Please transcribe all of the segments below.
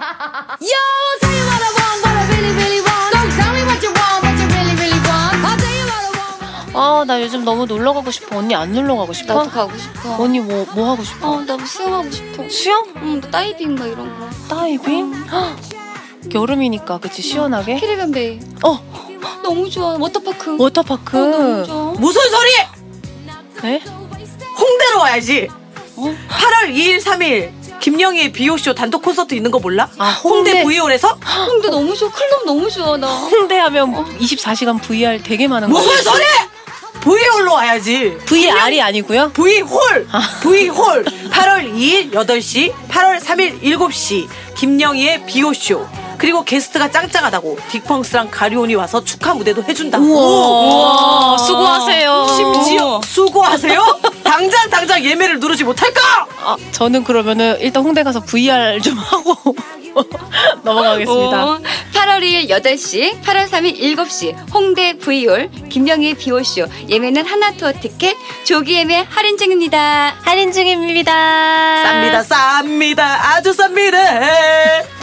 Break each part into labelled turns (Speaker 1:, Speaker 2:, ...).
Speaker 1: Yo, tell you what I want, what I really, really want. So tell me what you want, what you really, really want. I'll tell you what I want.
Speaker 2: 아, 나 요즘 너무 놀러 가고 싶어. 언니 안 놀러 가고 싶어?
Speaker 3: 나도 가고 싶어.
Speaker 2: 언니 뭐, 뭐 하고 싶어?
Speaker 3: 어, 나 수영하고 싶어.
Speaker 2: 수영?
Speaker 3: 응, 뭐 다이빙가 이런 거.
Speaker 2: 다이빙? 헉, 여름이니까, 그치? 시원하게?
Speaker 3: 캐리비안 베이.
Speaker 2: 어,
Speaker 3: 너무 좋아. 워터파크.
Speaker 2: 워터파크.
Speaker 3: 어, 너무 좋아.
Speaker 4: 무슨 소리!
Speaker 2: 네?
Speaker 4: 홍대로 와야지!
Speaker 2: 어?
Speaker 4: 8월 2일, 3일 김영희의 비오쇼 단독 콘서트 있는 거 몰라?
Speaker 2: 아,
Speaker 4: 홍대 V홀에서?
Speaker 3: 홍대 너무 좋아. 클럽 너무 좋아, 나.
Speaker 2: 홍대 하면 24시간 VR 되게 많은 거.
Speaker 4: 무슨 소리! V홀로 와야지!
Speaker 2: VR이 아니고요?
Speaker 4: V홀! V홀! 8월 2일 8시, 8월 3일 7시 김영희의 비오쇼 그리고 게스트가 짱짱하다고 딕펑스랑 가리온이 와서 축하 무대도 해준다고
Speaker 2: 우와, 수고하세요.
Speaker 4: 심지어 수고하세요? 당장 당장 예매를 누르지 못할까?
Speaker 2: 아, 저는 그러면은 일단 홍대 가서 VR 좀 하고 넘어가겠습니다.
Speaker 3: 어, 8월 2일 8시, 8월 3일 7시, 홍대 V홀, 김영희 비오쇼. 예매는 하나투어 티켓, 조기 예매 할인 중입니다.
Speaker 2: 할인 중입니다.
Speaker 4: 쌉니다 쌉니다 아주 쌉니다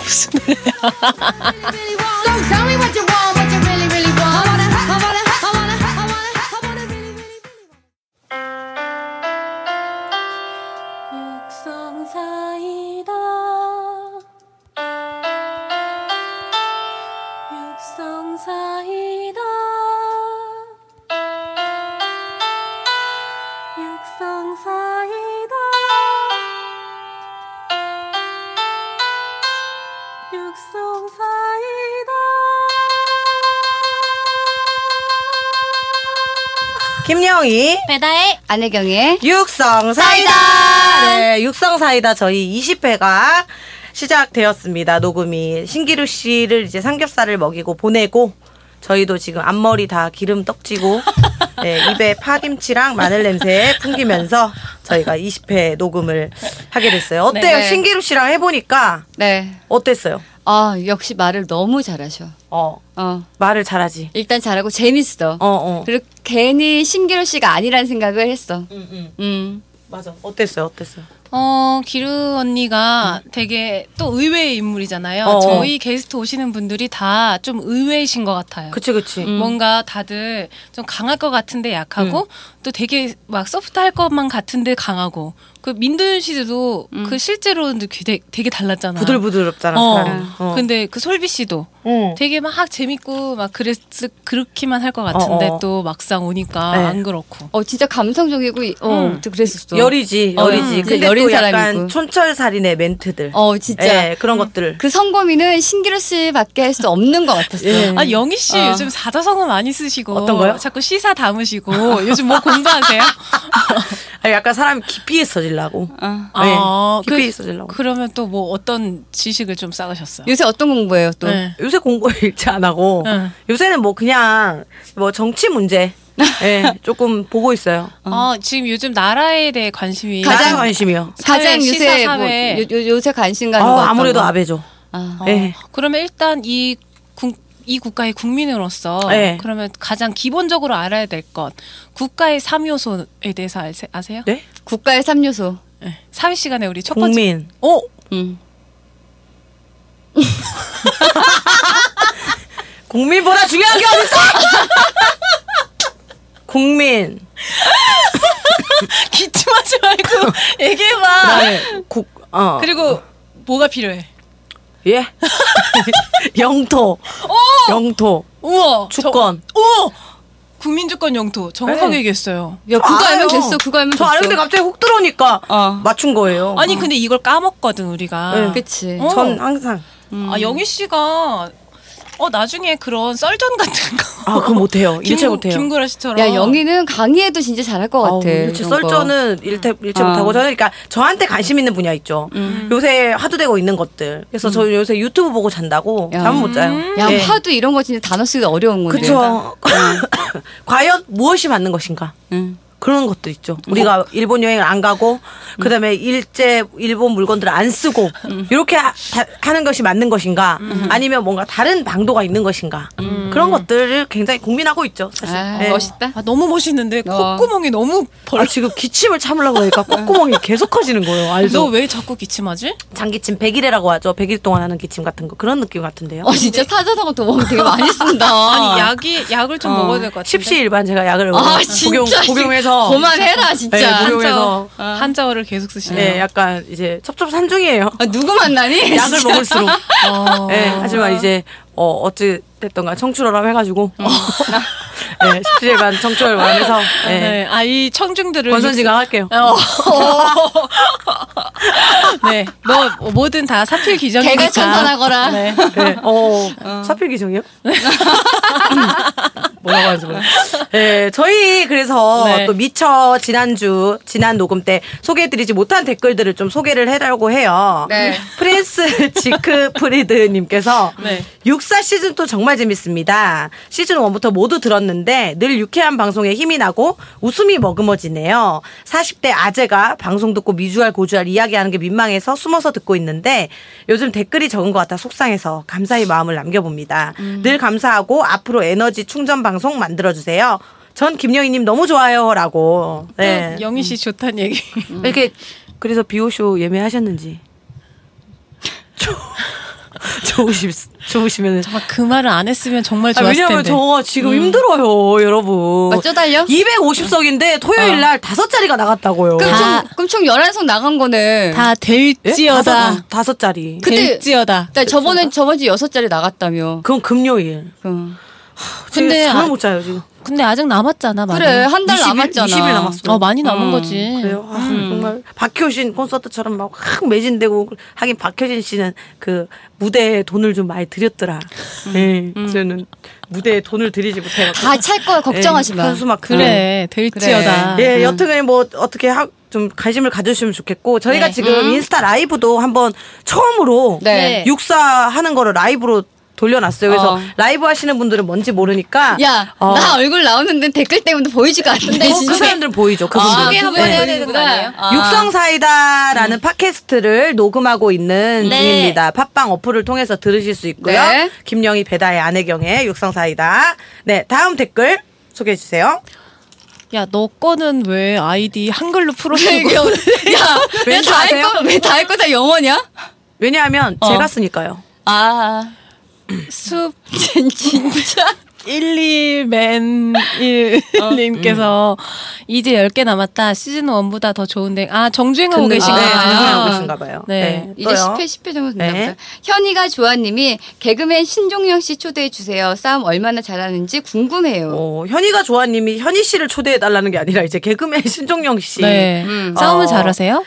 Speaker 1: So tell me what you want, what you really, really want. I wanna, I wanna, I wanna, I wanna, I wanna really, really, really want.
Speaker 5: 육성사이다 육성사이다 육성사이다
Speaker 4: 김영희
Speaker 5: 배다의
Speaker 3: 네. 안혜경의
Speaker 4: 네. 육성사이다 네 육성사이다 저희 20회가 시작되었습니다 녹음이 신기루 씨를 이제 삼겹살을 먹이고 보내고 저희도 지금 앞머리 다 기름 떡지고 네, 입에 파김치랑 마늘 냄새 풍기면서 저희가 20회 녹음을 하게 됐어요 어때요
Speaker 3: 네.
Speaker 4: 신기루 씨랑 해보니까
Speaker 3: 네.
Speaker 4: 어땠어요
Speaker 3: 아, 역시 말을 너무 잘하셔.
Speaker 4: 어
Speaker 3: 어.
Speaker 4: 말을 잘하지
Speaker 3: 일단 잘하고 재밌어.
Speaker 4: 어어
Speaker 3: 그리고 괜히 신기루 씨가 아니라는 생각을 했어.
Speaker 4: 응응
Speaker 3: 음.
Speaker 4: 맞아 어땠어요 어땠어요
Speaker 2: 어, 기루 언니가 되게 또 의외의 인물이잖아요.
Speaker 4: 어.
Speaker 2: 저희 게스트 오시는 분들이 다 좀 의외이신 것 같아요.
Speaker 4: 그치 음. 그치
Speaker 2: 음. 뭔가 다들 좀 강할 것 같은데 약하고
Speaker 4: 음.
Speaker 2: 또 되게 막 소프트할 것만 같은데 강하고 그 민도윤 씨도 그 실제로는 되게, 되게 달랐잖아.
Speaker 4: 음. 부들부들럽잖아
Speaker 2: 어.
Speaker 4: 사람이 어. 네.
Speaker 2: 근데 그 솔비 씨도
Speaker 4: 응.
Speaker 2: 되게 막 재밌고 막 그랬 그렇기만 할 것 같은데
Speaker 4: 어, 어.
Speaker 2: 또 막상 오니까
Speaker 4: 네.
Speaker 2: 안 그렇고.
Speaker 3: 어, 진짜 감성적이고, 이- 어,
Speaker 2: 음.
Speaker 3: 그랬었어.
Speaker 4: 열이지,
Speaker 3: 어,
Speaker 4: 열이지.
Speaker 3: 음.
Speaker 4: 근데
Speaker 3: 여린
Speaker 4: 또 약간
Speaker 3: 사람이고.
Speaker 4: 촌철살인의 멘트들.
Speaker 3: 어, 진짜.
Speaker 4: 예, 그런 것들을.
Speaker 3: 그 성범이는 신기루 씨밖에 할 수 없는 것 같았어요.
Speaker 4: 예.
Speaker 2: 아 영희 씨
Speaker 3: 어.
Speaker 2: 요즘 사자성어 많이 쓰시고
Speaker 4: 어떤 거요?
Speaker 2: 자꾸 시사 담으시고 요즘 뭐 공부하세요?
Speaker 4: 아, 약간 사람이 깊이 있어지려고.
Speaker 3: 어.
Speaker 4: 예,
Speaker 2: 아,
Speaker 4: 깊이
Speaker 2: 그-
Speaker 4: 있어지려고.
Speaker 2: 그러면 또 뭐 어떤 지식을 좀 쌓으셨어요?
Speaker 3: 요새 어떤 공부예요, 또?
Speaker 2: 네.
Speaker 4: 요새 공부 일체 안 하고
Speaker 2: 응.
Speaker 4: 요새는 뭐 그냥 뭐 정치 문제 예, 조금 보고 있어요.
Speaker 2: 아 지금 요즘 나라에 대해 관심이
Speaker 4: 가장
Speaker 3: 가장-
Speaker 4: 관심이요.
Speaker 2: 사회,
Speaker 3: 가장 요새,
Speaker 2: 시사,
Speaker 3: 뭐,
Speaker 2: 사회.
Speaker 3: 요, 요, 요새 관심 가는 거.
Speaker 4: 아,
Speaker 3: 어떤
Speaker 4: 아무래도
Speaker 3: 거?
Speaker 4: 아베죠.
Speaker 3: 아.
Speaker 2: 어,
Speaker 4: 예.
Speaker 2: 그러면 일단 이, 국, 이 국가의 국민으로서
Speaker 4: 예.
Speaker 2: 그러면 가장 기본적으로 알아야 될 것 국가의 3요소에 대해서 아세, 아세요?
Speaker 4: 네?
Speaker 3: 국가의 삼요소
Speaker 2: 예. 사회 시간에 우리 첫 번째
Speaker 4: 국민. 어?
Speaker 3: 음.
Speaker 4: 국민보다 중요한 게 어딨어? 국민.
Speaker 2: 기침하지 말고 얘기해봐
Speaker 4: 그다음에 국, 어.
Speaker 2: 그리고 뭐가 필요해?
Speaker 4: 예? 영토.
Speaker 3: 어!
Speaker 4: 영토.
Speaker 2: 우와
Speaker 4: 주권.
Speaker 2: 저, 오 국민주권 영토 정확하게
Speaker 4: 네.
Speaker 2: 얘기했어요
Speaker 3: 야, 그거
Speaker 4: 알아요.
Speaker 3: 알면 됐어, 그거 알면
Speaker 4: 저
Speaker 3: 됐어.
Speaker 4: 아는데 갑자기 훅 들어오니까
Speaker 3: 어.
Speaker 4: 맞춘 거예요.
Speaker 2: 아니 근데 이걸 까먹거든 우리가
Speaker 4: 네.
Speaker 3: 음. 그치.
Speaker 2: 어?
Speaker 4: 전 항상
Speaker 2: 아 영희 씨가 어 나중에 그런 썰전 같은 거
Speaker 4: 아 그거 못해요. 일체
Speaker 2: 김구-
Speaker 4: 못해요.
Speaker 2: 김구라 씨처럼
Speaker 3: 야, 영희는 강의해도 진짜 잘할 것
Speaker 4: 아우,
Speaker 3: 같아.
Speaker 4: 일체
Speaker 3: 이런 거.
Speaker 4: 썰전은 일체, 일체
Speaker 3: 아.
Speaker 4: 못하고 저는 그러니까 저한테 관심 있는 분야 있죠.
Speaker 3: 음.
Speaker 4: 요새 화두되고 있는 것들. 그래서 저 요새 유튜브 보고 잔다고
Speaker 3: 야.
Speaker 4: 잠 못 자요.
Speaker 3: 음. 야,
Speaker 4: 예.
Speaker 3: 화두 이런 거 진짜 단어 쓰기 어려운 건데.
Speaker 4: 그쵸. 과연 무엇이 맞는 것인가?
Speaker 3: 응.
Speaker 4: 그런 것도 있죠.
Speaker 3: 음. 어.
Speaker 4: 우리가 일본 여행을 안 가고 그다음에 일제 일본 물건들을 안 쓰고
Speaker 3: 음.
Speaker 4: 이렇게 하, 는 것이 맞는 것인가 아니면 뭔가 다른 방도가 있는 것인가 그런 것들을 굉장히 고민하고 있죠. 사실.
Speaker 3: 음. 아,
Speaker 4: 네.
Speaker 3: 멋있다.
Speaker 2: 아, 너무 멋있는데
Speaker 3: 어.
Speaker 2: 콧구멍이 너무
Speaker 4: 아, 지금 기침을 참으려고 하니까
Speaker 3: 음.
Speaker 4: 콧구멍이 계속 커지는 거예요. 알죠?
Speaker 2: 벌너왜 자꾸 기침하지?
Speaker 4: 장기침 100일이라고 하죠. 100일 동안 하는 기침 같은 거 그런 느낌 같은데요.
Speaker 3: 어, 진짜 사자성어 또 먹으면 되게 많이 쓴다.
Speaker 2: 아니 약이 약을 좀 먹어야 될 것 같은데.
Speaker 4: 십시일반 제가 약을
Speaker 3: 아,
Speaker 4: 먹어요.
Speaker 3: 진짜.
Speaker 4: 복용해서
Speaker 3: 그만해라, 진짜.
Speaker 4: 네, 복용해서.
Speaker 2: 한자어, 한자어를 계속 쓰시네요.
Speaker 4: 네, 약간 이제 첩첩산중이에요.
Speaker 3: 아, 누구 만나니?
Speaker 4: 약을
Speaker 3: 진짜.
Speaker 4: 먹을수록.
Speaker 2: 어.
Speaker 4: 네, 하지만 이제 어 어찌 됐던가 청출어람 해가지고
Speaker 2: 음.
Speaker 4: 네, 17일반 청출어람 해서
Speaker 2: 네.
Speaker 4: 네.
Speaker 2: 아이 청중들을
Speaker 4: 권선 씨가 할게요.
Speaker 2: 어. 네, 뭐 뭐든 다 사필 규정이니까.
Speaker 3: 개가 천선하거라.
Speaker 2: 네.
Speaker 4: 네. 어, 사필 규정이요? 뭐라고 하는지 몰라. 네, 저희 그래서
Speaker 2: 네.
Speaker 4: 또 미처 지난주, 지난 녹음 때 소개해드리지 못한 댓글들을 좀 소개를 해달라고 해요.
Speaker 3: 네.
Speaker 4: 프린스 지크프리드님께서
Speaker 2: 네.
Speaker 4: 육사 시즌 또 정말 재밌습니다. 시즌 1부터 모두 들었는데 늘 유쾌한 방송에 힘이 나고 웃음이 머금어지네요. 40대 아재가 방송 듣고 미주알 고주알 이야기하는 게 민망해서 숨어서 듣고 있는데 요즘 댓글이 적은 것 같아 속상해서 감사의 마음을 남겨봅니다. 늘 감사하고 앞으로 에너지 충전 방송 만들어주세요. 전 김영희님 너무 좋아요라고. 네.
Speaker 2: 영희 씨 좋다는 얘기.
Speaker 4: 이렇게 그래서 비오쇼 예매하셨는지. 좋으시 좋으시면
Speaker 2: 정말 그 말을 안 했으면 정말
Speaker 4: 아,
Speaker 2: 좋았을
Speaker 4: 왜냐면
Speaker 2: 텐데. 음.
Speaker 4: 저 지금 힘들어요, 여러분.
Speaker 3: 막 쪼달려?
Speaker 4: 250석인데
Speaker 2: 어.
Speaker 4: 토요일 날 다섯 자리가 나갔다고요.
Speaker 2: 다-
Speaker 3: 끔총, 끔총 11속 나간 거네.
Speaker 2: 다
Speaker 4: 예?
Speaker 2: 될지어다.
Speaker 4: 다섯, 다섯 자리.
Speaker 3: 그때-
Speaker 2: 될지어다.
Speaker 3: 나 저번에, 저번 주 6자리 나갔다며.
Speaker 4: 그건 금요일.
Speaker 3: 그.
Speaker 4: 근데
Speaker 2: 근데
Speaker 4: 잠을
Speaker 2: 아-
Speaker 4: 못 자요 지금.
Speaker 2: 근데 아직 남았잖아. 많이.
Speaker 3: 그래, 한 달
Speaker 4: 20일?
Speaker 3: 남았잖아.
Speaker 4: 20일 남았어.
Speaker 2: 어 많이 남은
Speaker 3: 음,
Speaker 2: 거지.
Speaker 4: 그래요. 아, 정말 박효신 콘서트처럼 막 확 매진되고 하긴 박효신 씨는 그 무대에 돈을 좀 많이 들였더라.
Speaker 2: 음.
Speaker 4: 예, 저는 무대에 돈을 들이지 못해요.
Speaker 3: 다 찰 거야, 걱정하지 마.
Speaker 4: 예,
Speaker 3: 음.
Speaker 4: 현수 막
Speaker 2: 그래 네, 될지어다.
Speaker 3: 그래.
Speaker 4: 예, 여튼간에 뭐 어떻게 하, 좀 관심을 가져주시면 좋겠고 저희가
Speaker 2: 네.
Speaker 4: 지금 인스타 라이브도 한번 처음으로
Speaker 3: 음. 네.
Speaker 4: 육사 하는 거를 라이브로 돌려놨어요. 그래서
Speaker 3: 어.
Speaker 4: 라이브 하시는 분들은 뭔지 모르니까
Speaker 3: 야,
Speaker 4: 어,
Speaker 3: 나 얼굴 나오는데 댓글 때문에 보이지가 않는데,
Speaker 4: 그
Speaker 3: 진짜.
Speaker 4: 사람들 보이죠. 그분들.
Speaker 3: 아,
Speaker 2: 소개 한번
Speaker 3: 그거야.
Speaker 2: 해야 되는 거 아니에요?
Speaker 3: 아. 음.
Speaker 4: 육성사이다라는 팟캐스트를 녹음하고 있는 중입니다. 팟빵 어플을 통해서 들으실 수 있고요.
Speaker 3: 네.
Speaker 4: 김영희 배다의 아내경의 육성사이다. 네, 다음 댓글 소개해 주세요.
Speaker 2: 야 너 거는 왜 네, 아이디 한글로 풀어주고?
Speaker 3: 야,
Speaker 4: 왠지
Speaker 3: 왜다 할
Speaker 4: 아세요?
Speaker 3: 거, 왜다 할 거 다 영어냐?
Speaker 4: 왜냐하면
Speaker 3: 어.
Speaker 4: 제가 쓰니까요.
Speaker 3: 아,
Speaker 2: 숲
Speaker 3: 진- 진짜.
Speaker 2: 어, 음. 12맨님께서 이제 10개 남았다. 시즌 1보다 더 좋은데. 아, 정주행하고
Speaker 4: 듣는
Speaker 2: 계신가
Speaker 4: 네,
Speaker 2: 봐요.
Speaker 4: 정주행하고 계신가 봐요. 네.
Speaker 3: 이제
Speaker 4: 또요?
Speaker 3: 10회, 10회 정도 됐나
Speaker 4: 네.
Speaker 3: 보다. 현이가 조아님이 개그맨 신종영 씨 초대해 주세요. 싸움 얼마나 잘하는지 궁금해요.
Speaker 4: 어, 현이가 좋아님이 현희 씨를 초대해 달라는 게 아니라 이제 개그맨 신종영 씨.
Speaker 2: 네.
Speaker 3: 음.
Speaker 2: 싸움은
Speaker 4: 어.
Speaker 2: 잘하세요?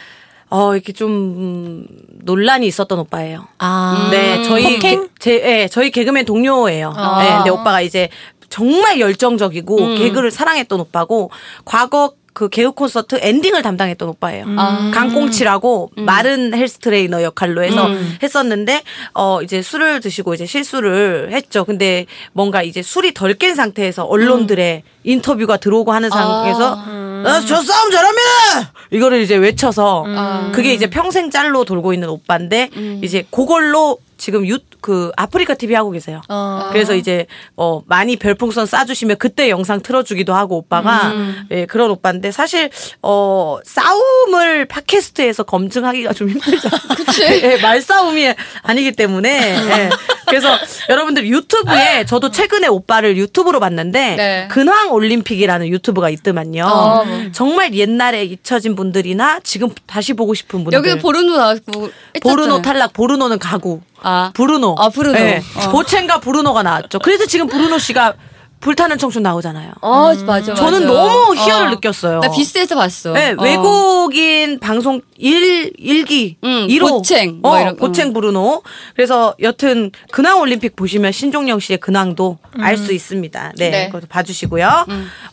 Speaker 4: 어, 이렇게 좀 음, 논란이 있었던 오빠예요.
Speaker 2: 아.
Speaker 4: 네, 저희
Speaker 2: 폭행?
Speaker 4: 개- 제 예, 저희 개그맨 동료예요.
Speaker 2: 아.
Speaker 4: 네, 근데 오빠가 이제 정말 열정적이고 개그를 사랑했던 오빠고 과거 그 개그 콘서트 엔딩을 담당했던 오빠예요. 강꽁치라고 마른 헬스 트레이너 역할로 해서 했었는데 어 이제 술을 드시고 이제 실수를 했죠. 근데 뭔가 이제 술이 덜 깬 상태에서 언론들의 인터뷰가 들어오고 하는 상황에서 아, 저 싸움 잘합니다. 이거를 이제 외쳐서 그게 이제 평생 짤로 돌고 있는 오빠인데 이제 그걸로 지금 유 그 아프리카 TV 하고 계세요.
Speaker 2: 어.
Speaker 4: 그래서 이제 어 많이 별풍선 쏴주시면 그때 영상 틀어주기도 하고 오빠가
Speaker 3: 음.
Speaker 4: 예 그런 오빠인데 사실 어 싸움을 팟캐스트에서 검증하기가 좀 힘들잖아요.
Speaker 3: 그치?
Speaker 4: 예, 말싸움이 아니기 때문에 예. 그래서 여러분들 유튜브에 저도 최근에 오빠를 유튜브로 봤는데
Speaker 3: 네.
Speaker 4: 근황 올림픽이라는 유튜브가 있더만요.
Speaker 3: 어.
Speaker 4: 정말 옛날에 잊혀진 분들이나 지금 다시 보고 싶은 분들.
Speaker 3: 여기도 보르노 나왔고.
Speaker 4: 네. 보르노
Speaker 3: 했었잖아요.
Speaker 4: 탈락, 보르노는 가구.
Speaker 3: 아.
Speaker 4: 브루노.
Speaker 3: 아, 브루노.
Speaker 4: 예.
Speaker 3: 어.
Speaker 4: 보첸과 브루노가 나왔죠. 그래서 지금 브루노 씨가 불타는 청춘 나오잖아요.
Speaker 3: 어, 맞아, 맞아.
Speaker 4: 저는 너무 희열을 느꼈어요.
Speaker 3: 나 비스에서 봤어.
Speaker 4: 네,
Speaker 3: 어.
Speaker 4: 외국인 방송 일 일기
Speaker 3: 응,
Speaker 4: 1호
Speaker 3: 보챙,
Speaker 4: 어,
Speaker 3: 뭐 이런 거.
Speaker 4: 보챙 브루노. 그래서 여튼 근황 올림픽 보시면 신종영 씨의 근황도 알 수 있습니다. 네,
Speaker 3: 네.
Speaker 4: 그것도 봐주시고요.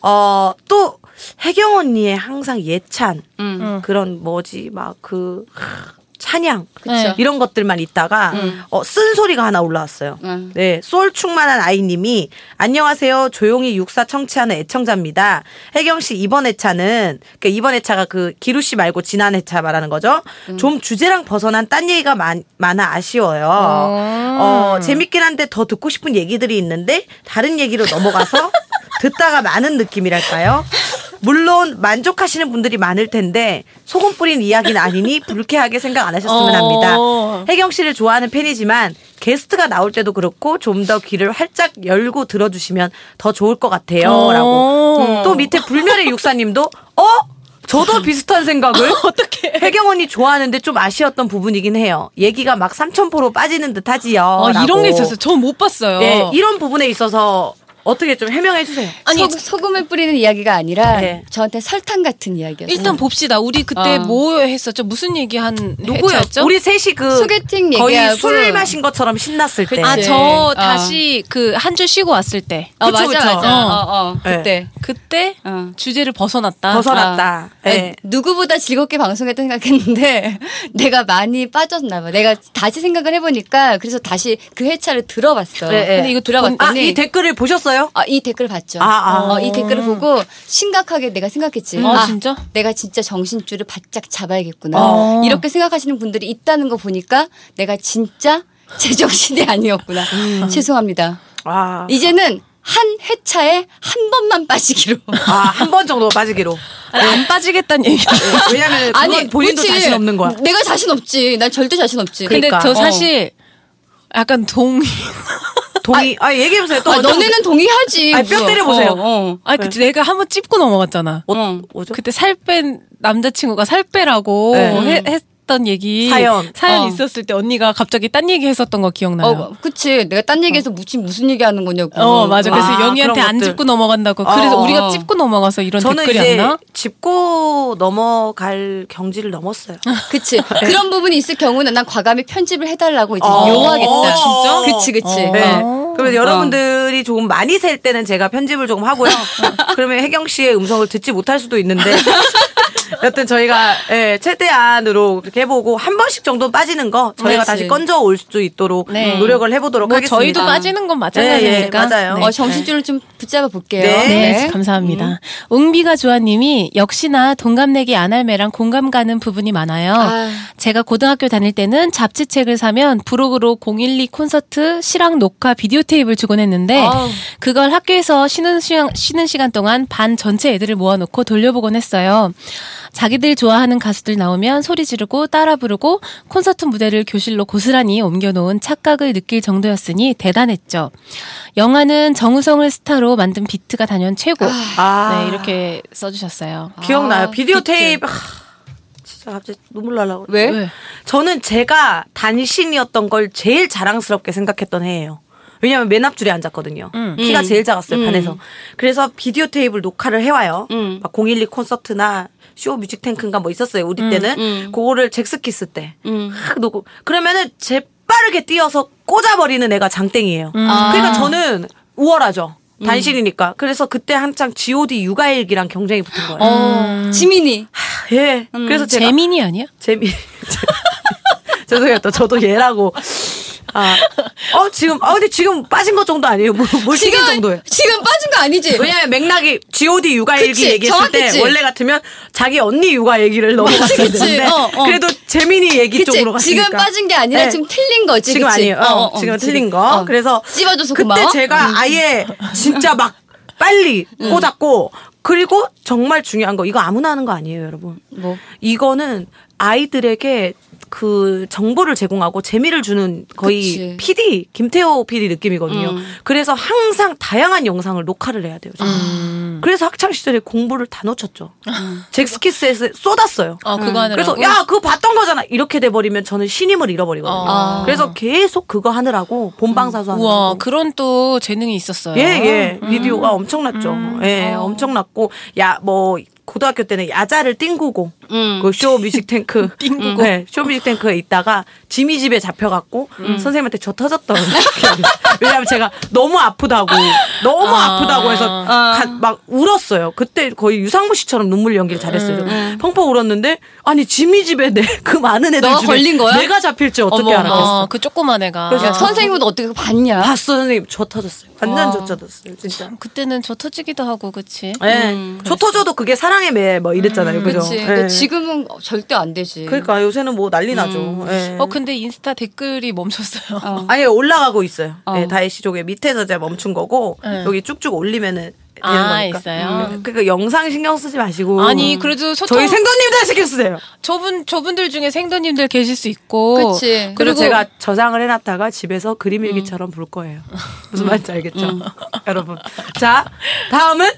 Speaker 4: 어, 또 해경 언니의 항상 예찬 그런 뭐지 막 그 찬양
Speaker 2: 그쵸.
Speaker 4: 이런 것들만 있다가 어, 쓴 소리가 하나 올라왔어요.
Speaker 3: 음.
Speaker 4: 네, 솔 충만한 아이님이 안녕하세요. 조용히 육사 청취하는 애청자입니다. 혜경 씨 이번 회차는 그러니까 이번 회차가 그 기루 씨 말고 지난 회차 말하는 거죠.
Speaker 2: 음.
Speaker 4: 좀 주제랑 벗어난 딴 얘기가 많, 많아 아쉬워요. 어, 재밌긴 한데 더 듣고 싶은 얘기들이 있는데 다른 얘기로 넘어가서 듣다가 많은 느낌이랄까요? 물론 만족하시는 분들이 많을 텐데 소금 뿌린 이야기는 아니니 불쾌하게 생각 안 하셨으면 합니다.
Speaker 2: 어.
Speaker 4: 혜경 씨를 좋아하는 팬이지만 게스트가 나올 때도 그렇고 좀 더 귀를 활짝 열고 들어주시면 더 좋을 것
Speaker 2: 어.
Speaker 4: 같아요라고 음, 또 밑에 불멸의 육사님도 어
Speaker 2: 음.
Speaker 4: 저도 비슷한 생각을 어떻게 혜경 언니 좋아하는데 좀 아쉬웠던 부분이긴 해요 얘기가 막 삼천포로 빠지는 듯하지요
Speaker 2: 아,
Speaker 4: 라고.
Speaker 2: 이런 게 있었어요. 전 못 봤어요.
Speaker 4: 네, 이런 부분에 있어서 어떻게 좀 해명해 주세요
Speaker 2: 아니,
Speaker 3: 소, 소금을 뿌리는 이야기가 아니라
Speaker 4: 네.
Speaker 3: 저한테 설탕 같은 이야기였어요.
Speaker 2: 일단 봅시다. 우리 그때
Speaker 3: 음. 어.
Speaker 2: 뭐 했었죠? 무슨 얘기 한
Speaker 4: 누구였죠
Speaker 2: 회차였죠?
Speaker 4: 우리 셋이 그
Speaker 3: 소개팅
Speaker 4: 거의
Speaker 3: 얘기하고.
Speaker 4: 술 마신 것처럼 신났을 때
Speaker 2: 아,
Speaker 3: 그치.
Speaker 2: 저
Speaker 3: 어.
Speaker 2: 다시 그 한 주 쉬고 왔을 때.
Speaker 3: 어,
Speaker 4: 그쵸,
Speaker 3: 맞아
Speaker 4: 그쵸.
Speaker 3: 맞아.
Speaker 2: 어.
Speaker 3: 어, 어,
Speaker 4: 네.
Speaker 3: 그때
Speaker 2: 그때
Speaker 3: 어.
Speaker 2: 주제를 벗어났다.
Speaker 4: 벗어났다
Speaker 3: 아,
Speaker 4: 네.
Speaker 3: 아니, 누구보다 즐겁게 방송했다 생각했는데 내가 많이 빠졌나 봐. 내가 다시 생각을 해보니까 그래서 다시 그 회차를 들어봤어.
Speaker 4: 네, 네.
Speaker 3: 근데 이거 들어봤더니
Speaker 4: 아, 이 댓글을 보셨어요?
Speaker 3: 아, 이 댓글 봤죠.
Speaker 4: 아, 아. 음.
Speaker 3: 어, 이 댓글을 보고 심각하게 내가 생각했지.
Speaker 2: 아, 진짜?
Speaker 3: 내가 진짜 정신줄을 바짝 잡아야겠구나.
Speaker 4: 아.
Speaker 3: 이렇게 생각하시는 분들이 있다는 거 보니까 내가 진짜 제정신이 아니었구나. 죄송합니다.
Speaker 4: 음. 아,
Speaker 3: 이제는 한 회차에 한 번만 빠지기로.
Speaker 4: 아, 한 번 정도 빠지기로.
Speaker 2: 아니, 안 빠지겠다는 얘기.
Speaker 4: 왜냐면 그건 네, 본인도
Speaker 3: 그치.
Speaker 4: 자신 없는 거야.
Speaker 3: 내가 자신 없지. 난 절대 자신 없지. 어.
Speaker 2: 근데
Speaker 4: 그러니까.
Speaker 2: 저 사실 약간 동의.
Speaker 4: 동의. 아, 얘기해 보세요. 또
Speaker 3: 아,
Speaker 4: 어떤-
Speaker 3: 너네는 동의하지.
Speaker 4: 아니, 뼈
Speaker 3: 무슨.
Speaker 4: 때려보세요.
Speaker 3: 어, 어.
Speaker 2: 아, 그때 내가 한 번 찝고 넘어갔잖아.
Speaker 4: 어, 뭐죠?
Speaker 2: 그때 살 뺀 남자친구가 살 빼라고
Speaker 4: 네.
Speaker 2: 해- 했던 얘기
Speaker 4: 사연.
Speaker 2: 사연
Speaker 3: 어.
Speaker 2: 있었을 때 언니가 갑자기 딴 얘기 했었던 거 기억나요?
Speaker 3: 어, 그치. 내가 딴 얘기해서 무슨 무슨 얘기 하는 거냐고.
Speaker 2: 어 맞아 그래서
Speaker 4: 아,
Speaker 2: 영희한테
Speaker 4: 그런
Speaker 2: 안
Speaker 4: 것들.
Speaker 2: 짚고 넘어간다고 그래서
Speaker 4: 어,
Speaker 2: 우리가
Speaker 3: 어.
Speaker 2: 짚고 넘어가서 이런
Speaker 4: 저는
Speaker 2: 댓글이
Speaker 4: 이제
Speaker 2: 안 나?
Speaker 4: 짚고 넘어갈 경지를 넘었어요.
Speaker 3: 그치. 그런 부분이 있을 경우는 난 과감히 편집을 해달라고 이제
Speaker 4: 어.
Speaker 3: 요하겠다.
Speaker 4: 어, 진짜?
Speaker 3: 그치, 그치.
Speaker 2: 어.
Speaker 4: 네.
Speaker 3: 어.
Speaker 4: 그러면 여러분들이 조금 많이 셀 때는 제가 편집을 조금
Speaker 2: 어,
Speaker 4: 하고요. 그러면 혜경 씨의 음성을 듣지 못할 수도 있는데. 여튼 저희가 예, 최대한으로 이렇게 해보고 한 번씩 정도 빠지는 거 저희가
Speaker 3: 그렇지.
Speaker 4: 다시 건져 올 수 있도록
Speaker 2: 네.
Speaker 4: 노력을 해보도록
Speaker 2: 뭐
Speaker 4: 하겠습니다.
Speaker 2: 저희도 빠지는 건 마찬가지니까.
Speaker 4: 예, 예, 맞아요.
Speaker 2: 네.
Speaker 3: 어, 정신줄을 좀 붙잡아 볼게요.
Speaker 4: 네. 음.
Speaker 2: 네, 감사합니다. 웅비가 조아님이 역시나 동갑내기 아날매랑 공감 가는 부분이 많아요.
Speaker 3: 아.
Speaker 2: 제가 고등학교 다닐 때는 잡지책을 사면 부록으로 012 콘서트 실황 녹화 비디오 테이프를 주곤 했는데
Speaker 3: 아우.
Speaker 2: 그걸 학교에서 쉬는 시간, 쉬는 시간 동안 반 전체 애들을 모아놓고 돌려보곤 했어요. 자기들 좋아하는 가수들 나오면 소리 지르고 따라 부르고 콘서트 무대를 교실로 고스란히 옮겨놓은 착각을 느낄 정도였으니 대단했죠. 영화는 정우성을 스타로 만든 비트가 단연 최고.
Speaker 4: 아.
Speaker 2: 네, 이렇게 써주셨어요.
Speaker 4: 기억나요.
Speaker 3: 아,
Speaker 4: 비디오
Speaker 3: 비트.
Speaker 4: 테이프. 하, 진짜 갑자기 눈물 날라 그래.
Speaker 3: 왜?
Speaker 2: 왜?
Speaker 4: 저는 제가 단신이었던 걸 제일 자랑스럽게 생각했던 해예요. 왜냐하면 맨 앞줄에 앉았거든요.
Speaker 3: 음.
Speaker 4: 키가 제일 작았어요 반에서. 그래서 비디오 테이블 녹화를 해와요.
Speaker 3: 음.
Speaker 4: 막 012 콘서트나 쇼 뮤직 탱크인가 뭐 있었어요. 우리
Speaker 3: 음,
Speaker 4: 때는 그거를 잭스키스 때. 확 놓고 그러면은 재빠르게 뛰어서 꽂아버리는 애가
Speaker 3: 음.
Speaker 4: 장땡이에요.
Speaker 3: 아.
Speaker 4: 그러니까 저는 우월하죠. 단신이니까. 그래서 그때 한창 G.O.D 육아일기랑 경쟁이 붙은 거예요.
Speaker 3: 어, 지민이.
Speaker 4: 하, 예. 그래서 제가
Speaker 2: 재민이 아니야?
Speaker 4: 재미. 죄송해요. 또 저도 얘라고. 아, 어, 지금, 아, 근데 지금 빠진 것 정도 아니에요. 물, 물튀긴 정도예요.
Speaker 3: 지금 빠진 거 아니지?
Speaker 4: 왜냐면 예, 맥락이 GOD 육아 얘기
Speaker 3: 그치,
Speaker 4: 얘기했을 때
Speaker 3: 정확했지.
Speaker 4: 원래 같으면 자기 언니 육아 얘기를 넘어갔어야
Speaker 3: 그치.
Speaker 4: 되는데
Speaker 3: 어, 어.
Speaker 4: 그래도 재민이 얘기
Speaker 3: 그치?
Speaker 4: 쪽으로 갔으니까
Speaker 3: 지금 빠진 게 아니라
Speaker 4: 네.
Speaker 3: 지금 틀린 거지.
Speaker 4: 지금
Speaker 3: 그치?
Speaker 4: 아니에요. 어, 지금 은 틀린 거.
Speaker 3: 어.
Speaker 4: 그래서 음.
Speaker 3: 찝어줘서
Speaker 4: 그때
Speaker 3: 고마워.
Speaker 4: 제가 아예 진짜 막 빨리 꽂았고 그리고 정말 중요한 거 이거 아무나 하는 거 아니에요, 여러분.
Speaker 3: 뭐?
Speaker 4: 이거는 아이들에게 그 정보를 제공하고 재미를 주는 거의
Speaker 3: 그치.
Speaker 4: PD 김태호 PD 느낌이거든요.
Speaker 2: 음.
Speaker 4: 그래서 항상 다양한 영상을 녹화를 해야 돼요. 저는.
Speaker 2: 아.
Speaker 4: 그래서 학창 시절에 공부를 다 놓쳤죠. 잭스키스에서 쏟았어요.
Speaker 2: 어, 그거 하느라.
Speaker 4: 아, 그래서 야 그거 봤던 거잖아 이렇게 돼버리면 저는 신임을 잃어버리거든요.
Speaker 2: 아. 음.
Speaker 4: 그래서 계속 그거 하느라고 본방사수 하느라고.
Speaker 2: 우와, 그런 또 재능이 있었어요.
Speaker 4: 예, 예. 비디오가 엄청났죠. 예, 엄청났고, 야, 뭐, 고등학교 때는 야자를 띵구고,
Speaker 3: 음.
Speaker 4: 그 쇼 뮤직 탱크
Speaker 2: 띵구고.
Speaker 4: 네, 쇼 뮤직 탱크에 있다가 지미 집에 잡혀갖고 선생님한테 저 터졌던 기억이 나요. 왜냐하면 제가 너무 아프다고 너무
Speaker 2: 아.
Speaker 4: 아. 프다고 해서 가- 막 울었어요 그때 거의 유상무 씨처럼 눈물 연기를 잘했어요 펑펑 울었는데 아니 지미 집에 내 그 많은 애들
Speaker 3: 너가
Speaker 4: 중에
Speaker 3: 걸린 거야?
Speaker 4: 내가 잡힐지 어떻게
Speaker 3: 어머,
Speaker 4: 알았겠어
Speaker 2: 어, 그 조그만 애가.
Speaker 4: 그래서
Speaker 3: 야, 선생님은 어떻게 봤냐?
Speaker 4: 봤어 선생님 저 터졌어요 완전
Speaker 2: 와.
Speaker 4: 저 터졌어요 진짜
Speaker 2: 그때는 저 터지기도 하고 그치.
Speaker 4: 예.
Speaker 2: 음,
Speaker 4: 저 터져도 그게 사랑의 매, 뭐 이랬잖아요. 그죠?
Speaker 3: 그치.
Speaker 4: 예.
Speaker 3: 근데 지금은 절대 안 되지.
Speaker 4: 그러니까 요새는 뭐 난리 나죠. 예.
Speaker 2: 어 근데 인스타 댓글이 멈췄어요.
Speaker 3: 어.
Speaker 4: 아예 올라가고 있어요.
Speaker 3: 어.
Speaker 4: 예, 다이시족의 밑에서 제가 멈춘 거고
Speaker 2: 예.
Speaker 4: 여기 쭉쭉 올리면은 되는
Speaker 2: 아,
Speaker 4: 거니까.
Speaker 2: 있어요?
Speaker 4: 음. 그러니까 영상 신경 쓰지 마시고.
Speaker 2: 아니 그래도 소통
Speaker 4: 저희 생도님들 신경 쓰세요.
Speaker 2: 저분 저분들 중에 생도님들 계실 수 있고
Speaker 3: 그치.
Speaker 4: 그리고 제가 저장을 해놨다가 집에서 그림 일기처럼 볼 거예요.
Speaker 2: 음.
Speaker 4: 무슨 말인지 알겠죠? 여러분. 자, 다음은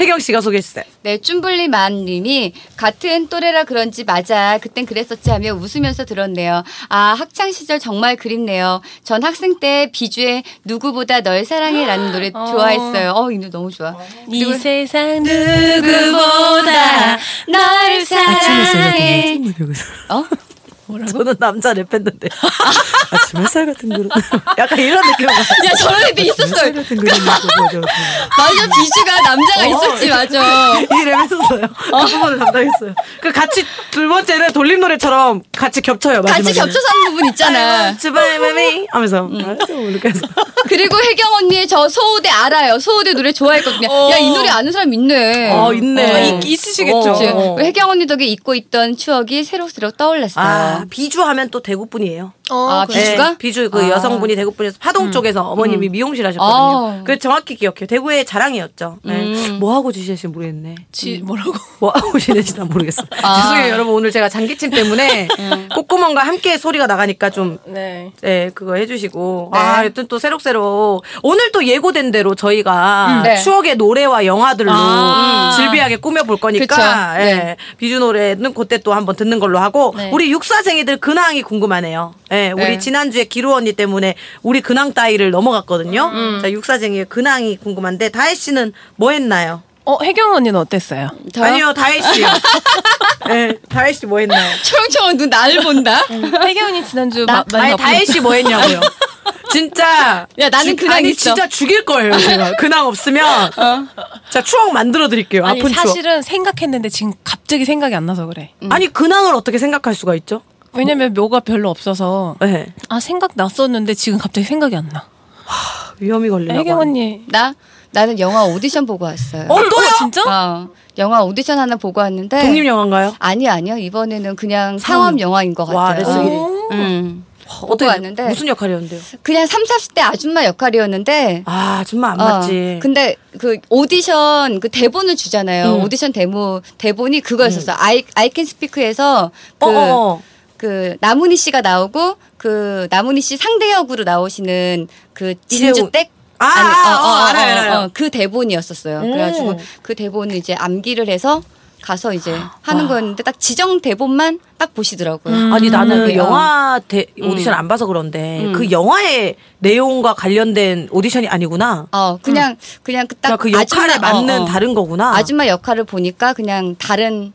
Speaker 4: 혜경 씨가 소개해 주세요.
Speaker 3: 네, 쭌블리만 님이 같은 또래라 그런지 맞아. 그땐 그랬었지 하며 웃으면서 들었네요. 아, 학창 시절 정말 그립네요. 전 학생 때 비주의 누구보다 널 사랑해라는 노래
Speaker 2: 어.
Speaker 3: 좋아했어요. 어, 이 노래 너무 좋아.
Speaker 2: 이
Speaker 3: 그리고-
Speaker 2: 세상 누구보다 나를 사랑해.
Speaker 3: 어?
Speaker 4: 저는 남자 랩했는데 아침 햇살 같은 그런 약간 이런 느낌이야.
Speaker 3: 야, 저런 애도 있었어.
Speaker 4: 햇살 같은 그런 느낌.
Speaker 3: 맞아, 비주가 남자가 있었지, 어. 맞아.
Speaker 4: 이 랩했었어요. 그 부분을 담당했어요. 그 같이 두 번째는 돌림 노래처럼 같이 겹쳐요. 마지막에.
Speaker 3: 같이 음. 겹쳐서 하는 부분 있잖아.
Speaker 4: 주바이바이 하면서 아이고, 이렇게 해서
Speaker 3: 그리고 혜경 언니의 저 소우대 알아요. 소우대 노래 좋아했거든요. 야, 이 노래 아는 사람 있네.
Speaker 4: 어 있네.
Speaker 2: 어, 있- 있으시겠죠.
Speaker 3: 그치?
Speaker 4: 어.
Speaker 3: 혜경 언니 덕에 잊고 있던 추억이 새록새록 떠올랐어요.
Speaker 4: 아 비주하면 또 대구 분이에요.
Speaker 2: 어,
Speaker 3: 아,
Speaker 2: 그래.
Speaker 3: 비주가?
Speaker 4: 비주 그 여성분이 대구 분에서 파동 쪽에서 어머님이 미용실 하셨거든요.
Speaker 3: 어. 음.
Speaker 4: 그 정확히 기억해요. 대구의 자랑이었죠. 네. 뭐 하고 지내시는지 모르겠네.
Speaker 2: 지 뭐라고?
Speaker 4: 뭐 하고 지내시나 모르겠어.
Speaker 3: 아.
Speaker 4: 죄송해요 여러분 오늘 제가 장기침 때문에
Speaker 3: 네.
Speaker 4: 콧구멍과 함께 소리가 나가니까 좀
Speaker 2: 네.
Speaker 4: 네, 그거 해주시고.
Speaker 3: 네.
Speaker 4: 아, 여튼 또 새록새록. 오늘 또 예고된 대로 저희가
Speaker 3: 음, 네.
Speaker 4: 추억의 노래와 영화들로
Speaker 2: 아.
Speaker 4: 즐비하게 꾸며볼 거니까.
Speaker 3: 그쵸.
Speaker 4: 예.
Speaker 3: 네.
Speaker 4: 비주 노래는 그때 또 한번 듣는 걸로 하고.
Speaker 2: 네.
Speaker 4: 우리 육사생이들 근황이 궁금하네요. 예,
Speaker 3: 네.
Speaker 4: 우리 지난주에 기루 언니 때문에 우리 근황 따위를 넘어갔거든요.
Speaker 3: 음.
Speaker 4: 자, 육사생이의 근황이 궁금한데, 다혜 씨는 뭐 했나요?
Speaker 2: 어 혜경 언니는 어땠어요?
Speaker 3: 저요?
Speaker 4: 아니요, 다혜 씨요. 예, 다혜 씨 뭐 했나요?
Speaker 3: 초롱초롱 눈 나를 본다?
Speaker 4: 음.
Speaker 2: 혜경 언니 지난주 마, 많이
Speaker 4: 아니 다혜 씨 뭐 했냐고요. 진짜
Speaker 3: 야, 나는
Speaker 4: 지-
Speaker 3: 근황
Speaker 4: 아니,
Speaker 3: 있어. 어.
Speaker 4: 진짜 죽일 거예요 제가 근황 없으면 자 추억 만들어 드릴게요
Speaker 2: 아니
Speaker 4: 아픈 추억
Speaker 2: 사실은 생각했는데 지금 갑자기 생각이 안 나서 그래.
Speaker 3: 음.
Speaker 4: 아니 근황을 어떻게 생각할 수가 있죠
Speaker 2: 왜냐면 묘가 별로 없어서
Speaker 4: 네.
Speaker 2: 아 생각 났었는데 지금 갑자기 생각이 안 나.
Speaker 4: 위험이 걸리나
Speaker 2: 혜경
Speaker 4: 봐
Speaker 2: 언니.
Speaker 3: 나? 나는 영화 오디션 보고 왔어요.
Speaker 4: 어 또요
Speaker 2: 진짜?
Speaker 3: 어, 영화 오디션 하나 보고 왔는데.
Speaker 4: 독립 영화인가요
Speaker 3: 아니요, 아니요. 이번에는 그냥 상업 영화인 것
Speaker 4: 와,
Speaker 3: 같아요.
Speaker 4: 레슨
Speaker 3: 음. 보고
Speaker 4: 어떻게
Speaker 3: 왔는데.
Speaker 4: 무슨 역할이었는데요
Speaker 3: 그냥 30, 40대 아줌마 역할이었는데.
Speaker 4: 아 아줌마 안
Speaker 3: 어,
Speaker 4: 맞지
Speaker 3: 근데 그 오디션 그 대본을 주잖아요.
Speaker 4: 음.
Speaker 3: 오디션 데모 대본이 그거였었어. 아이 아이캔 스피크에서 그,
Speaker 4: 어, 어, 어.
Speaker 3: 그 나문희 씨가 나오고 그 나문희 씨 상대 역으로 나오시는 그
Speaker 4: 이재훈.
Speaker 3: 진주댁
Speaker 4: 아, 아, 어, 알아요, 알아요. 음.
Speaker 3: 그 대본이었었어요. 그래가지고 그 대본을 이제 암기를 해서 가서 이제 하는 거였는데 딱 지정 대본만 딱 보시더라고요.
Speaker 4: 아니 나는
Speaker 3: 음.
Speaker 4: 그 영화 대, 오디션 안 봐서 그런데 그 영화의 내용과 관련된 오디션이 아니구나
Speaker 3: 어 그냥 그냥 그 딱
Speaker 4: 그러니까 그 역할에
Speaker 3: 아줌마- 어,
Speaker 4: 맞는
Speaker 3: 어.
Speaker 4: 다른 거구나
Speaker 3: 아줌마 역할을 보니까 그냥 다른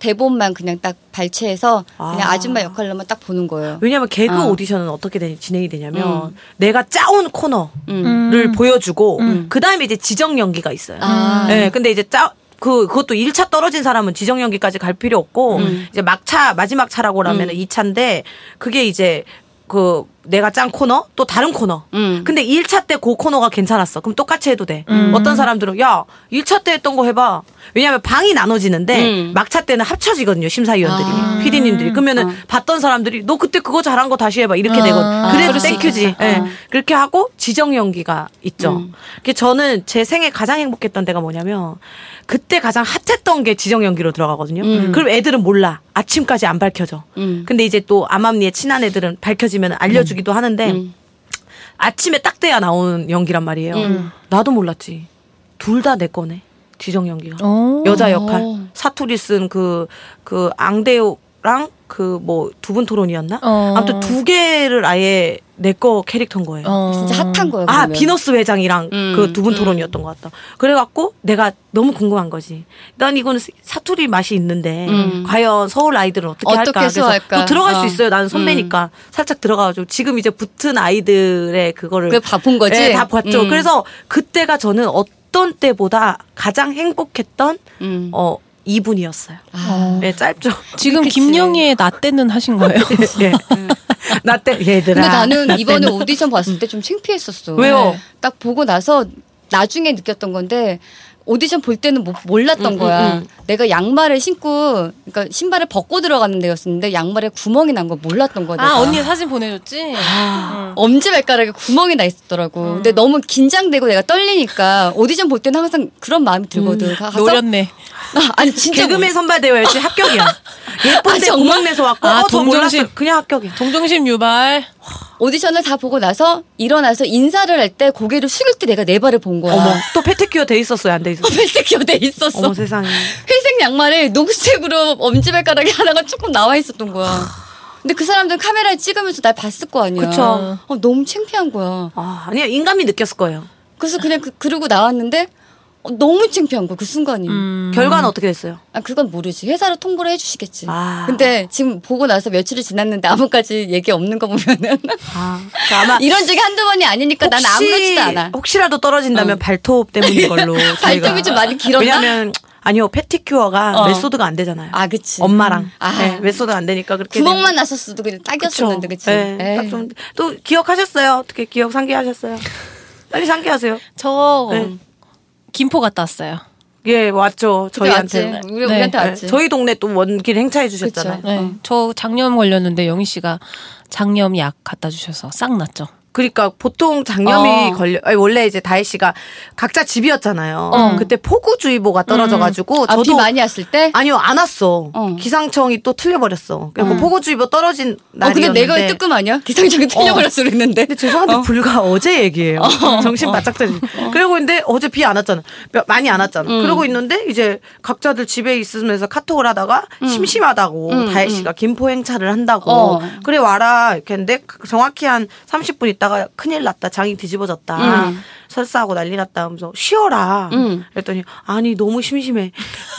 Speaker 3: 대본만 그냥 딱 발췌해서 그냥
Speaker 4: 아.
Speaker 3: 아줌마 역할로만 딱 보는 거예요.
Speaker 4: 왜냐면 개그
Speaker 3: 어.
Speaker 4: 오디션은 어떻게 되- 진행이 되냐면 내가 짜온 코너를
Speaker 3: 음.
Speaker 4: 보여주고 그다음에 이제 지정 연기가 있어요.
Speaker 3: 아.
Speaker 4: 예, 근데 이제 짜 그, 그것도 1차 떨어진 사람은 지정 연기까지 갈 필요 없고,
Speaker 3: 음.
Speaker 4: 이제 막차, 마지막 차라고 하면 은 2차인데, 그게 이제, 그, 내가 짠 코너? 또 다른 코너.
Speaker 3: 음.
Speaker 4: 근데 1차 때 그 코너가 괜찮았어. 그럼 똑같이 해도 돼. 어떤 사람들은, 야, 1차 때 했던 거 해봐. 왜냐면 방이 나눠지는데,
Speaker 3: 음.
Speaker 4: 네. 막차 때는 합쳐지거든요, 심사위원들이. 피디님들이. 그러면은 봤던 사람들이, 너 그때 그거 잘한 거 다시 해봐. 이렇게 되거든. 그래도
Speaker 2: 그럴 수
Speaker 4: 땡큐지. 예. 그렇게 하고 지정 연기가 있죠. 그게 저는 제 생애 가장 행복했던 때가 뭐냐면 그때 가장 핫했던 게 지정 연기로 들어가거든요. 그럼 애들은 몰라. 아침까지 안 밝혀져.
Speaker 3: 음.
Speaker 4: 근데 이제 또 암암리에 친한 애들은 밝혀지면 알려주기도 하는데 아침에 딱 돼야 나오는 연기란 말이에요. 나도 몰랐지. 둘 다 내
Speaker 2: 어.
Speaker 3: 어.
Speaker 4: 거네. 지정 연기가.
Speaker 2: 오.
Speaker 4: 여자 역할 사투리 쓴 그 그 앙대요 씨랑 그 뭐 두 분 토론이었나?
Speaker 2: 어.
Speaker 4: 아무튼 두 개를 아예 내 거 캐릭터인 거예요.
Speaker 2: 어.
Speaker 3: 진짜 핫한 거예요.
Speaker 4: 아
Speaker 3: 그러면.
Speaker 4: 비너스 회장이랑
Speaker 3: 음,
Speaker 4: 그 두 분 토론이었던 것 같다. 그래갖고 내가 너무 궁금한 거지. 난 이거는 사- 사투리 맛이 있는데
Speaker 3: 음.
Speaker 4: 과연 서울 아이들은 어떻게,
Speaker 3: 어떻게
Speaker 4: 할까? 그래서
Speaker 3: 소화할까?
Speaker 4: 또 들어갈
Speaker 3: 어. 음.
Speaker 4: 수 있어요. 나는 선배니까 살짝 들어가가지고 지금 이제 붙은 아이들의 그거를
Speaker 3: 그걸 다 본 거지?
Speaker 4: 예, 다 봤죠.
Speaker 3: 음.
Speaker 4: 그래서 그때가 저는 어떤 때보다 가장 행복했던
Speaker 3: 음.
Speaker 4: 어 이분이었어요.
Speaker 3: 아.
Speaker 4: 예, 짧죠.
Speaker 2: 지금
Speaker 3: 그치.
Speaker 2: 김영희의 나 때는 하신 거예요?
Speaker 4: 예. 나때 얘들아.
Speaker 3: 근데 나는 이번에
Speaker 4: 때는.
Speaker 3: 오디션 봤을 때 좀 창피했었어.
Speaker 4: 왜요?
Speaker 3: 네. 딱 보고 나서 나중에 느꼈던 건데 오디션 볼 때는 모-
Speaker 4: 음,
Speaker 3: 몰랐던 거야. 내가 양말을 신고 그러니까 신발을 벗고 들어가는 데였었는데 양말에 구멍이 난 거 몰랐던 거야. 내가.
Speaker 2: 아 언니 사진 보내줬지?
Speaker 3: 어. 엄지발가락에 구멍이 나 있었더라고.
Speaker 4: 어.
Speaker 3: 근데 너무 긴장되고 내가 떨리니까 오디션 볼 때는 항상 그런 마음이 들거든. 가- 가서-
Speaker 2: 노렸네.
Speaker 3: 아, 아니 진짜
Speaker 4: 개그맨 선발 대회 열심히 합격이야.
Speaker 3: 아,
Speaker 4: 예쁜데
Speaker 3: 정말?
Speaker 4: 고막 내서 왔고
Speaker 2: 아,
Speaker 4: 어, 저
Speaker 2: 동정심.
Speaker 4: 몰랐어. 그냥 합격이야.
Speaker 2: 동정심 유발.
Speaker 3: 오디션을 다 보고 나서 일어나서 인사를 할 때 고개를 숙일 때 내가 내 발을 본 거야.
Speaker 4: 어머 또 패티큐어 돼 있었어요 안 돼 있었어.
Speaker 3: 회색 겨돼 아. 있었어.
Speaker 4: 어머 세상에.
Speaker 3: 회색 양말에 녹색으로 엄지발가락이 하나가 조금 나와 있었던 거야. 근데 그 사람들 카메라에 찍으면서 날 봤을 거 아니야.
Speaker 4: 그쵸.
Speaker 3: 어, 너무 창피한 거야.
Speaker 4: 아 아니야 인감이 느꼈을 거예요.
Speaker 3: 그래서 그냥 그, 러고 나왔는데 어, 너무 창피한 거야 그 순간이.
Speaker 4: 음. 결과는 어떻게 됐어요?
Speaker 3: 아 그건 모르지. 회사로 통보를 해주시겠지.
Speaker 4: 아.
Speaker 3: 근데 지금 보고 나서 며칠이 지났는데 아무까지 얘기 없는 거 보면은
Speaker 4: 아 그러니까 아마
Speaker 3: 이런 적이 한두 번이 아니니까 난 아무렇지도 않아.
Speaker 4: 혹시라도 떨어진다면 발톱 때문인 걸로. 저희가-
Speaker 3: 발톱이 좀 많이 길었나?
Speaker 4: 왜냐면 아니요 패티큐어가
Speaker 3: 어.
Speaker 4: 메소드가 안 되잖아요.
Speaker 3: 아 그치.
Speaker 4: 엄마랑
Speaker 3: 아.
Speaker 4: 네, 메소드 안 되니까 그렇게
Speaker 3: 구멍만 났었어도 그냥
Speaker 4: 그쵸.
Speaker 3: 딱이었었는데 그치.
Speaker 4: 네,
Speaker 3: 에이.
Speaker 4: 딱좀또 기억하셨어요? 어떻게 기억 상기하셨어요? 빨리 상기하세요.
Speaker 3: 어.
Speaker 2: 저
Speaker 4: 네.
Speaker 2: 김포 갔다 왔어요.
Speaker 4: 예 왔죠
Speaker 3: 그때 왔지.
Speaker 4: 저희한테.
Speaker 3: 우리
Speaker 2: 네.
Speaker 3: 우리한테
Speaker 4: 네,
Speaker 3: 왔지.
Speaker 4: 저희 동네 또 원길 행사해 주셨잖아요.
Speaker 3: 그쵸.
Speaker 2: 네,
Speaker 3: 어.
Speaker 2: 저 장염 걸렸는데 영희 씨가 장염 약 갖다 주셔서 싹 났죠.
Speaker 4: 그러니까 보통 장염이
Speaker 2: 어.
Speaker 4: 걸려 아니, 원래 이제 다혜 씨가 각자 집이었잖아요.
Speaker 2: 어.
Speaker 4: 그때 폭우주의보가 떨어져가지고
Speaker 3: 아, 비
Speaker 4: 뭐 저도
Speaker 3: 많이 왔을 때?
Speaker 4: 아니요 안 왔어.
Speaker 3: 어. 음.
Speaker 4: 기상청이 또 틀려버렸어. 그래서 폭우주의보 떨어진
Speaker 3: 어,
Speaker 4: 날이었는데.
Speaker 3: 근데 내가 왜 뜨끔 아니야? 기상청이 틀려버렸어 그랬는데.
Speaker 4: 근데 죄송한데 불과 어제 얘기예요. 정신 바짝 차리. 그러고 있는데 어제 음. 비 안 왔잖아. 몇- 많이 안 왔잖아. 그러고 있는데 이제 각자들 집에 있으면서 카톡을 하다가 심심하다고 다혜 씨가 김포 행차를 한다고
Speaker 3: 어.
Speaker 4: 그래 와라 이렇게 했는데 그 정확히 한 30분 있다가 큰일 났다. 장이 뒤집어졌다. 설사하고 난리 났다 하면서 쉬어라.
Speaker 3: 음.
Speaker 4: 그랬더니 아니 너무 심심해.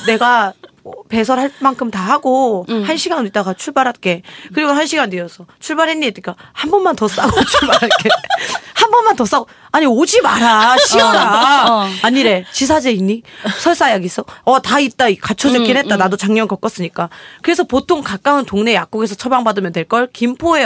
Speaker 4: 내가 뭐 배설할 만큼 다 하고
Speaker 3: 음.
Speaker 4: 한 시간 있다가 출발할게. 그리고 한 시간 뒤였어. 출발했니? 그러니까 한 번만 더 싸고 출발할게. 한 번만 더 싸고 아니 오지 마라 쉬어라.
Speaker 3: 어, 어.
Speaker 4: 아니래 지사제 있니? 설사약 있어? 어 다 있다 갖춰졌긴
Speaker 3: 음,
Speaker 4: 했다. 나도 작년 겪었으니까. 그래서 보통 가까운 동네 약국에서 처방받으면 될 걸 김포에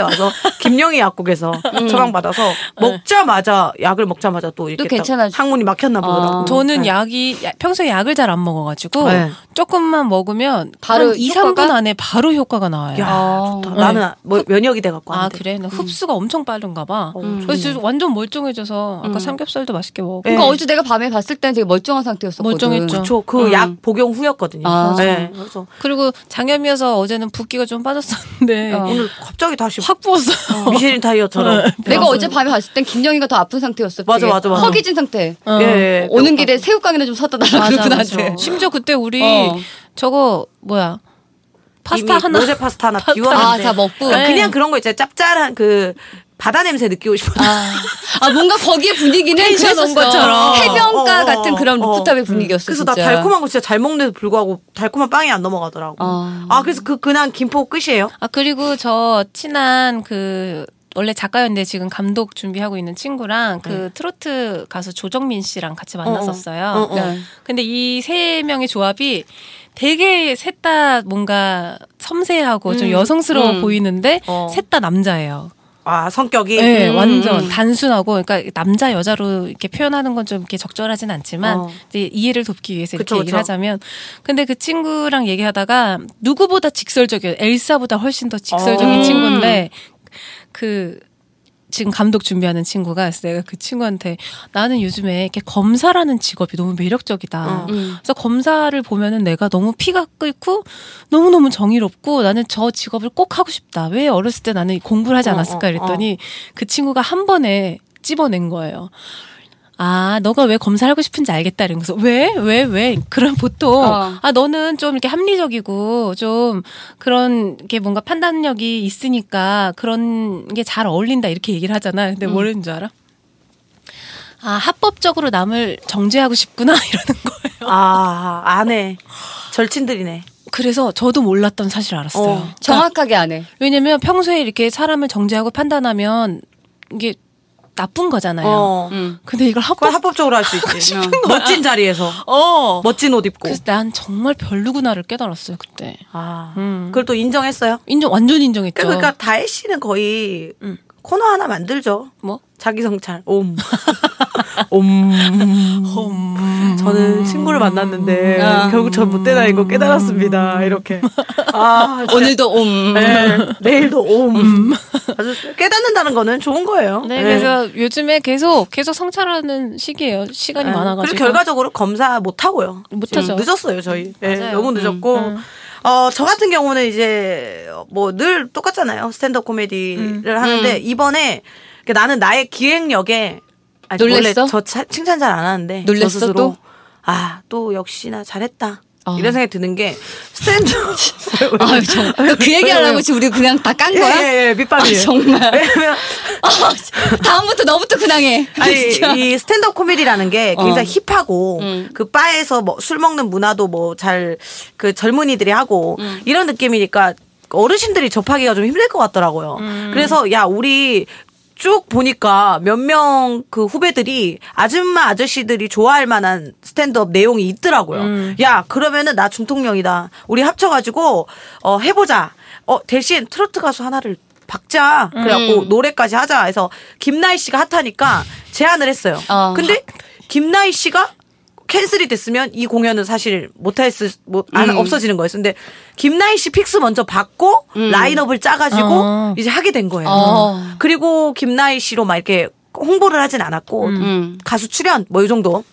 Speaker 4: 와서 김영희 약국에서
Speaker 3: 음.
Speaker 4: 처방받아서 먹자마자 약을 먹자마자 또 이렇게 딱
Speaker 3: 네. 괜찮아지죠.
Speaker 4: 항문이 막혔나 보더라고.
Speaker 3: 어.
Speaker 2: 저는
Speaker 4: 네.
Speaker 2: 약이 야- 평소에 약을 잘 안 먹어가지고
Speaker 4: 네.
Speaker 2: 조금만 먹으면
Speaker 3: 바로
Speaker 2: 바로 한 2,
Speaker 3: 효과가?
Speaker 2: 3분 안에 바로 효과가 나와요.
Speaker 4: 야
Speaker 3: 어.
Speaker 4: 좋다. 나는 뭐 면역이 돼갖고 안
Speaker 2: 아
Speaker 4: 돼.
Speaker 2: 그래? 나 흡수가 엄청 음. 빠른가 봐.
Speaker 4: 음.
Speaker 2: 그래서 진짜 완전 멀쩡해져서 아까 삼겹살도 맛있게 먹고
Speaker 4: 네.
Speaker 3: 그러니까 어제 내가 밤에 봤을 때는 되게 멀쩡한 상태였었거든.
Speaker 2: 멀쩡했죠.
Speaker 4: 저그 약 복용 후였거든요.
Speaker 3: 어. 아.
Speaker 4: 네. 그래서
Speaker 2: 그리고 장염이어서 어제는 붓기가 좀 빠졌었는데
Speaker 3: 어.
Speaker 4: 오늘 갑자기 다시
Speaker 2: 확 부었어요.
Speaker 4: 미쉐린 타이어처럼 네.
Speaker 3: 내가 어제 밤에 봤을 땐 김영희가 더 아픈 상태였어.
Speaker 4: 맞아,
Speaker 3: 되게.
Speaker 4: 맞아, 맞아.
Speaker 3: 허기진 상태.
Speaker 2: 어.
Speaker 4: 예, 예.
Speaker 3: 오는 길에 새우깡이나 좀 사다 달라
Speaker 2: 맞아,
Speaker 3: 그러고
Speaker 2: 맞아.
Speaker 3: 나한테.
Speaker 2: 심지어 그때 우리
Speaker 3: 어.
Speaker 2: 저거 뭐야 파스타
Speaker 4: 이미
Speaker 2: 하나
Speaker 4: 로제 파스타 하나 비웠는데
Speaker 3: 아, 다 먹고.
Speaker 4: 그러니까
Speaker 2: 네.
Speaker 4: 그냥 그런 거 있잖아요. 짭짤한 그 바다 냄새 느끼고 싶어.
Speaker 3: 아, 아, 뭔가 거기에 분위기는
Speaker 2: 펜션
Speaker 3: 그랬었어.
Speaker 2: 온 것처럼.
Speaker 3: 해변가
Speaker 4: 어, 어,
Speaker 3: 같은 그런
Speaker 4: 어.
Speaker 3: 루프탑의 분위기였어.
Speaker 4: 그래서
Speaker 3: 진짜.
Speaker 4: 나 달콤한 거 진짜 잘 먹는데도 불구하고 달콤한 빵이 안 넘어가더라고.
Speaker 3: 아.
Speaker 4: 아 그래서 그 그냥 김포 끝이에요.
Speaker 2: 아 그리고 저 친한 그 원래 작가였는데 지금 감독 준비하고 있는 친구랑 그 트로트 가수 조정민 씨랑 같이 만났었어요.
Speaker 4: 어, 어.
Speaker 3: 네.
Speaker 2: 근데 이 세 명의 조합이 되게 셋 다 뭔가 섬세하고 좀 여성스러워
Speaker 3: 음.
Speaker 2: 보이는데
Speaker 4: 어.
Speaker 2: 셋 다 남자예요.
Speaker 4: 아 성격이
Speaker 2: 네,
Speaker 4: 음.
Speaker 2: 완전 단순하고 그러니까 남자 여자로 이렇게 표현하는 건 좀 이렇게 적절하진 않지만
Speaker 4: 어.
Speaker 2: 이제 이해를 돕기 위해서 이렇게
Speaker 4: 그쵸,
Speaker 2: 얘기를
Speaker 4: 그쵸.
Speaker 2: 하자면 근데 그 친구랑 얘기하다가 누구보다 직설적이에요. 엘사보다 훨씬 더 직설적인
Speaker 4: 어.
Speaker 2: 친구인데 그 지금 감독 준비하는 친구가 그래서 내가 그 친구한테 나는 요즘에 이렇게 검사라는 직업이 너무 매력적이다.
Speaker 4: 어.
Speaker 3: 음.
Speaker 2: 그래서 검사를 보면은 내가 너무 피가 끓고 너무 너무 정의롭고 나는 저 직업을 꼭 하고 싶다. 왜 어렸을 때 나는 공부를 하지
Speaker 4: 어,
Speaker 2: 않았을까
Speaker 4: 어,
Speaker 2: 이랬더니 그 친구가 한 번에 찝어낸 거예요. 아, 너가 왜 검사를 하고 싶은지 알겠다. 이러면서, 왜? 왜? 왜? 그럼 보통,
Speaker 3: 어.
Speaker 2: 아, 너는 좀 이렇게 합리적이고, 좀 그런 게 뭔가 판단력이 있으니까 그런 게 잘 어울린다. 이렇게 얘기를 하잖아. 근데 뭐라는 줄 알아? 아, 합법적으로 남을 정죄하고 싶구나. 이러는 거예요.
Speaker 4: 아, 안 해. 절친들이네.
Speaker 2: 그래서 저도 몰랐던 사실 알았어요.
Speaker 4: 어.
Speaker 2: 그러니까
Speaker 3: 정확하게 안 해.
Speaker 2: 왜냐면 평소에 이렇게 사람을 정죄하고 판단하면 이게 나쁜 거잖아요.
Speaker 4: 어.
Speaker 3: 음.
Speaker 2: 근데 이걸 합법
Speaker 4: 그건 합법적으로 할 수 있지.
Speaker 3: 싶은
Speaker 4: 멋진 자리에서.
Speaker 2: 어.
Speaker 4: 멋진 옷 입고.
Speaker 2: 그래서 난 정말 별로구나를 깨달았어요 그때.
Speaker 4: 아.
Speaker 2: 음.
Speaker 4: 그걸 또 인정했어요.
Speaker 2: 인정 완전 인정했죠.
Speaker 4: 그러니까 다혜 씨는 거의
Speaker 2: 음.
Speaker 4: 코너 하나 만들죠.
Speaker 2: 뭐?
Speaker 4: 자기 성찰. 옴. 옴. 저는 친구를 만났는데
Speaker 2: 음.
Speaker 3: 아.
Speaker 4: 결국 전 못된 아이고 깨달았습니다. 이렇게. 아, 진짜.
Speaker 3: 오늘도 음. 옴.
Speaker 4: 네, 내일도 옴. 아주 깨닫는다는 거는 좋은 거예요.
Speaker 2: 음. 네,
Speaker 4: 네.
Speaker 2: 그래서 요즘에 계속 계속 성찰하는 시기예요. 시간이
Speaker 4: 네.
Speaker 2: 많아가지고.
Speaker 4: 그리고 결과적으로 검사 못 하고요.
Speaker 2: 못하죠.
Speaker 4: 늦었어요, 저희. 예,
Speaker 2: 맞아요.
Speaker 4: 너무 늦었고.
Speaker 3: 음,
Speaker 4: 어, 저 같은 경우는 이제 뭐 늘 똑같잖아요. 스탠드업 코미디를
Speaker 3: 음.
Speaker 4: 하는데 이번에 그러니까 나는 나의 기획력에 아니,
Speaker 3: 놀랬어?
Speaker 4: 원래 저 차- 칭찬 잘 안 하는데
Speaker 3: 놀랬어,
Speaker 4: 저 스스로
Speaker 3: 또?
Speaker 4: 아, 또 역시나 잘했다.
Speaker 3: 어.
Speaker 4: 이런 생각이 드는 게 스탠드업
Speaker 3: 아유, 정, 너그 얘기 하려고 지금 우리 그냥 다 깐
Speaker 4: 예,
Speaker 3: 거야?
Speaker 4: 예, 예, 밑밥이에요.
Speaker 3: 아, 정말.
Speaker 4: 왜냐면
Speaker 3: 아, 다음부터 너부터 근황해. 진짜. 어.
Speaker 4: 아니 이 스탠드업 코미디라는 게 굉장히 힙하고
Speaker 3: 음.
Speaker 4: 그 바에서 뭐 술 먹는 문화도 뭐 잘 그 젊은이들이 하고
Speaker 3: 음.
Speaker 4: 이런 느낌이니까 어르신들이 접하기가 좀 힘들 것 같더라고요.
Speaker 3: 음.
Speaker 4: 그래서 야 우리 쭉 보니까 몇 명 그 후배들이 아줌마 아저씨들이 좋아할 만한 스탠드업 내용이 있더라고요.
Speaker 3: 음.
Speaker 4: 야 그러면은 나 중통령이다. 우리 합쳐가지고 어 해보자. 어 대신 트로트 가수 하나를 박자 그래갖고 노래까지 하자 해서 김나희 씨가 핫하니까 제안을 했어요.
Speaker 3: 어.
Speaker 4: 근데 김나희 씨가 캔슬이 됐으면 이 공연은 사실 못했을 뭐 안- 없어지는 거였어요. 근데 김나희 씨 픽스 먼저 받고 라인업을 짜가지고
Speaker 2: 어.
Speaker 4: 이제 하게 된 거예요.
Speaker 3: 어.
Speaker 4: 그리고 김나희 씨로 막 이렇게 홍보를 하진 않았고
Speaker 3: 음.
Speaker 4: 가수 출연 뭐 이 정도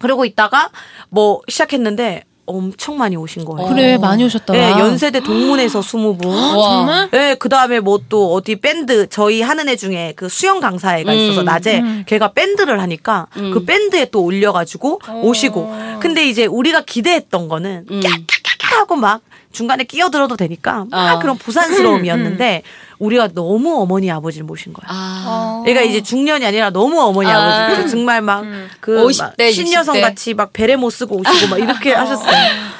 Speaker 4: 그러고 있다가 뭐 시작했는데 엄청 많이 오신 거예요.
Speaker 2: 그래 많이 오셨다. 아,
Speaker 4: 네, 연세대 동문에서 20분.
Speaker 3: 와.
Speaker 2: 정말?
Speaker 4: 네, 그 다음에 뭐 또 어디 밴드, 저희 하는 애 중에 그 수영 강사애가 있어서 낮에 걔가 밴드를 하니까 그 밴드에 또 올려가지고 오시고. 근데 이제 우리가 기대했던 거는 깍깍깍 하고 막 중간에 끼어들어도 되니까 막
Speaker 3: 어.
Speaker 4: 그런 부산스러움이었는데 우리가 너무 어머니 아버지를 모신 거야.
Speaker 3: 아.
Speaker 4: 그러니까 이제 중년이 아니라 너무 어머니
Speaker 3: 아.
Speaker 4: 아. 버지 정말 막 그
Speaker 3: 50대, 60대.
Speaker 4: 신여성 같이 막 베레 못 쓰고 오시고 막 이렇게 하셨어요.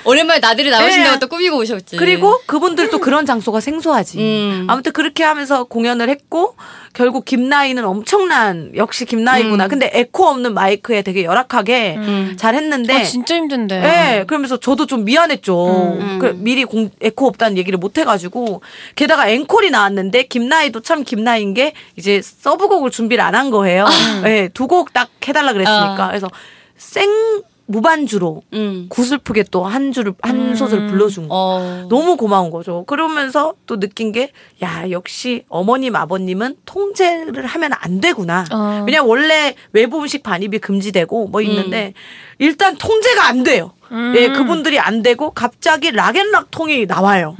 Speaker 3: 오랜만에 나들이 나오신다고
Speaker 4: 예.
Speaker 3: 또 꾸미고 오셨지.
Speaker 4: 그리고 그분들 또 그런 장소가 생소하지.
Speaker 3: 음.
Speaker 4: 아무튼 그렇게 하면서 공연을 했고 결국 김나희는 엄청난 역시 김나희구나.
Speaker 3: 음.
Speaker 4: 근데 에코 없는 마이크에 되게 열악하게 잘 했는데
Speaker 2: 아, 진짜 힘든데.
Speaker 4: 예, 그러면서 저도 좀 미안했죠.
Speaker 3: 음,
Speaker 4: 그 미리 공, 에코 없다는 얘기를 못 해가지고. 게다가 앵콜이 나왔는데, 김나희도 참 김나희인 게, 이제 서브곡을 준비를 안 한 거예요. 예, 두 곡 딱 해달라 그랬으니까.
Speaker 3: 아.
Speaker 4: 그래서 생 무반주로
Speaker 3: 음.
Speaker 4: 구슬프게 또 한 줄을, 한 소절 불러준 거.
Speaker 3: 어.
Speaker 4: 너무 고마운 거죠. 그러면서 또 느낀 게, 야, 역시 어머님, 아버님은 통제를 하면 안 되구나.
Speaker 2: 어.
Speaker 4: 왜냐면 원래 외부 음식 반입이 금지되고 뭐 있는데,
Speaker 3: 음.
Speaker 4: 일단 통제가 안 돼요. 예, 그분들이 안 되고, 갑자기 락앤락 통이 나와요.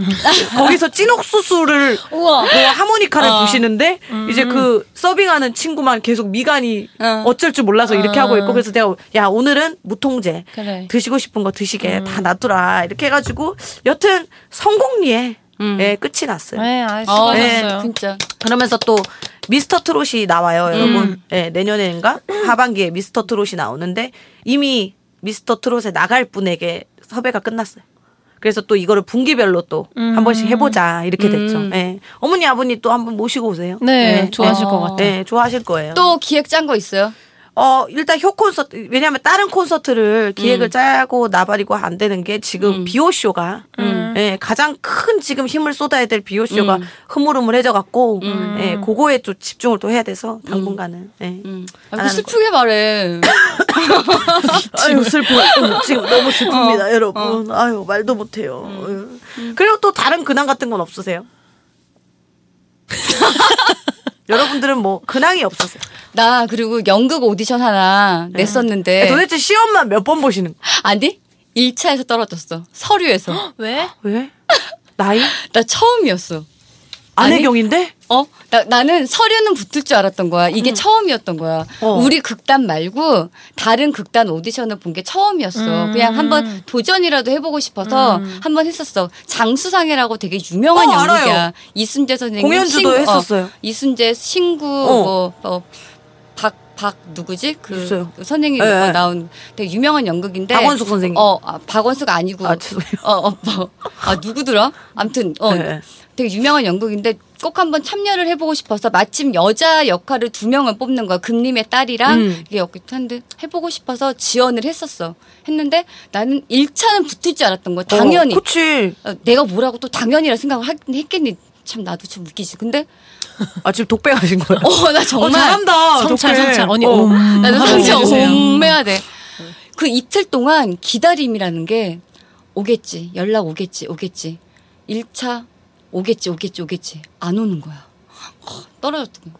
Speaker 4: 거기서 찐옥수수를,
Speaker 3: 우와.
Speaker 4: 뭐 하모니카를
Speaker 3: 어.
Speaker 4: 부시는데, 이제 그 서빙하는 친구만 계속 미간이
Speaker 3: 어.
Speaker 4: 어. 쩔줄 몰라서 이렇게 하고 있고, 그래서 내가, 야, 오늘은 무통제.
Speaker 2: 그래.
Speaker 4: 드시고 싶은 거
Speaker 2: 음.
Speaker 4: 드시게 다 놔두라 이렇게 해가지고 여튼 성공리에 예, 끝이
Speaker 2: 음.
Speaker 4: 났어요.
Speaker 2: 네, 아,
Speaker 3: 어,
Speaker 2: 수고하셨어요.
Speaker 3: 진짜.
Speaker 4: 그러면서 또 미스터 트롯이 나와요,
Speaker 2: 음.
Speaker 4: 여러분. 예, 내년엔가 하반기에 미스터 트롯이 나오는데 이미 미스터 트롯에 나갈 분에게 섭외가 끝났어요. 그래서 또 이거를 분기별로 또 한
Speaker 2: 음.
Speaker 4: 번씩 해보자 이렇게 됐죠. 예. 어머니 아버님 또 한 번 모시고 오세요.
Speaker 2: 네,
Speaker 4: 예.
Speaker 2: 좋아하실
Speaker 3: 어.
Speaker 2: 것 같아.
Speaker 4: 예, 좋아하실 거예요.
Speaker 3: 또 기획 짠 거 있어요?
Speaker 4: 어, 일단 효 콘서트, 왜냐면 다른 콘서트를 기획을 짜고 나발이고 안 되는 게 지금 비오쇼가, 예, 가장 큰 지금 힘을 쏟아야 될 비오쇼가 흐물흐물해져갖고, 예, 그거에 좀 집중을 또 해야 돼서 당분간은, 예.
Speaker 3: 음. 아이고,
Speaker 4: 안 하는
Speaker 3: 슬프게 말해.
Speaker 4: 아유 슬퍼 어, 요 지금 너무 슬픕니다 여러분 아유 말도 못해요 예. 그리고 또 다른 근황 같은 건 없으세요? 여러분들은 뭐 근황이 없으세요?
Speaker 3: 나 그리고 연극 오디션
Speaker 4: 음.
Speaker 3: 하나 냈었는데.
Speaker 4: 도대체 시험만 몇 번 보시는 거
Speaker 3: 아니? 1차에서 떨어졌어. 서류에서.
Speaker 2: 왜?
Speaker 4: 왜? 나이?
Speaker 3: 나 처음이었어.
Speaker 4: 안혜경인데?
Speaker 3: 어? 나, 나는 서류는 붙을 줄 알았던 거야. 이게 처음이었던 거야.
Speaker 4: 어.
Speaker 3: 우리 극단 말고 다른 극단 오디션을 본 게 처음이었어. 그냥 한번 도전이라도 해보고 싶어서 한번 했었어. 장수상해라고 되게 유명한
Speaker 4: 음. 어,
Speaker 3: 연극이야.
Speaker 4: 알아요.
Speaker 3: 이순재 선생님
Speaker 4: 공연주도 했었어요.
Speaker 3: 이순재 신구
Speaker 4: 어.
Speaker 3: 뭐 어, 박, 박 누구지? 그
Speaker 4: 있어요.
Speaker 3: 선생님이
Speaker 4: 예, 예.
Speaker 3: 나온 되게 유명한 연극인데
Speaker 4: 박원숙 선생님.
Speaker 3: 어, 아, 박원숙 아니고
Speaker 4: 아, 죄송해요.
Speaker 3: 어, 어, 뭐, 아, 누구더라? 암튼, 어,
Speaker 4: 네.
Speaker 3: 되게 유명한 연극인데 꼭 한번 참여를 해보고 싶어서 마침 여자 역할을 두 명을 뽑는 거야. 금림의 딸이랑
Speaker 4: 음.
Speaker 3: 이게 역할 한데 해보고 싶어서 지원을 했었어. 했는데 나는 1차는 붙을 줄 알았던 거야. 당연히.
Speaker 4: 어, 그치.
Speaker 3: 어, 내가 뭐라고 또 당연히라 생각을 하- 했겠니? 참 나도 참 웃기지. 근데
Speaker 4: 아, 지금 독백하신 거예요?
Speaker 3: 어, 나 정말.
Speaker 4: 어, 잘한다.
Speaker 2: 아, 성찰,
Speaker 4: 독백.
Speaker 2: 성찰. 언니,
Speaker 4: 어. 아,
Speaker 2: 옴.
Speaker 3: 나는
Speaker 2: 한번
Speaker 3: 진짜
Speaker 2: 해주세요.
Speaker 3: 엄매야 돼. 그 이틀 동안 기다림이라는 게 오겠지. 연락 오겠지. 오겠지. 1차 오겠지. 오겠지. 오겠지. 안 오는 거야. 허, 떨어졌더니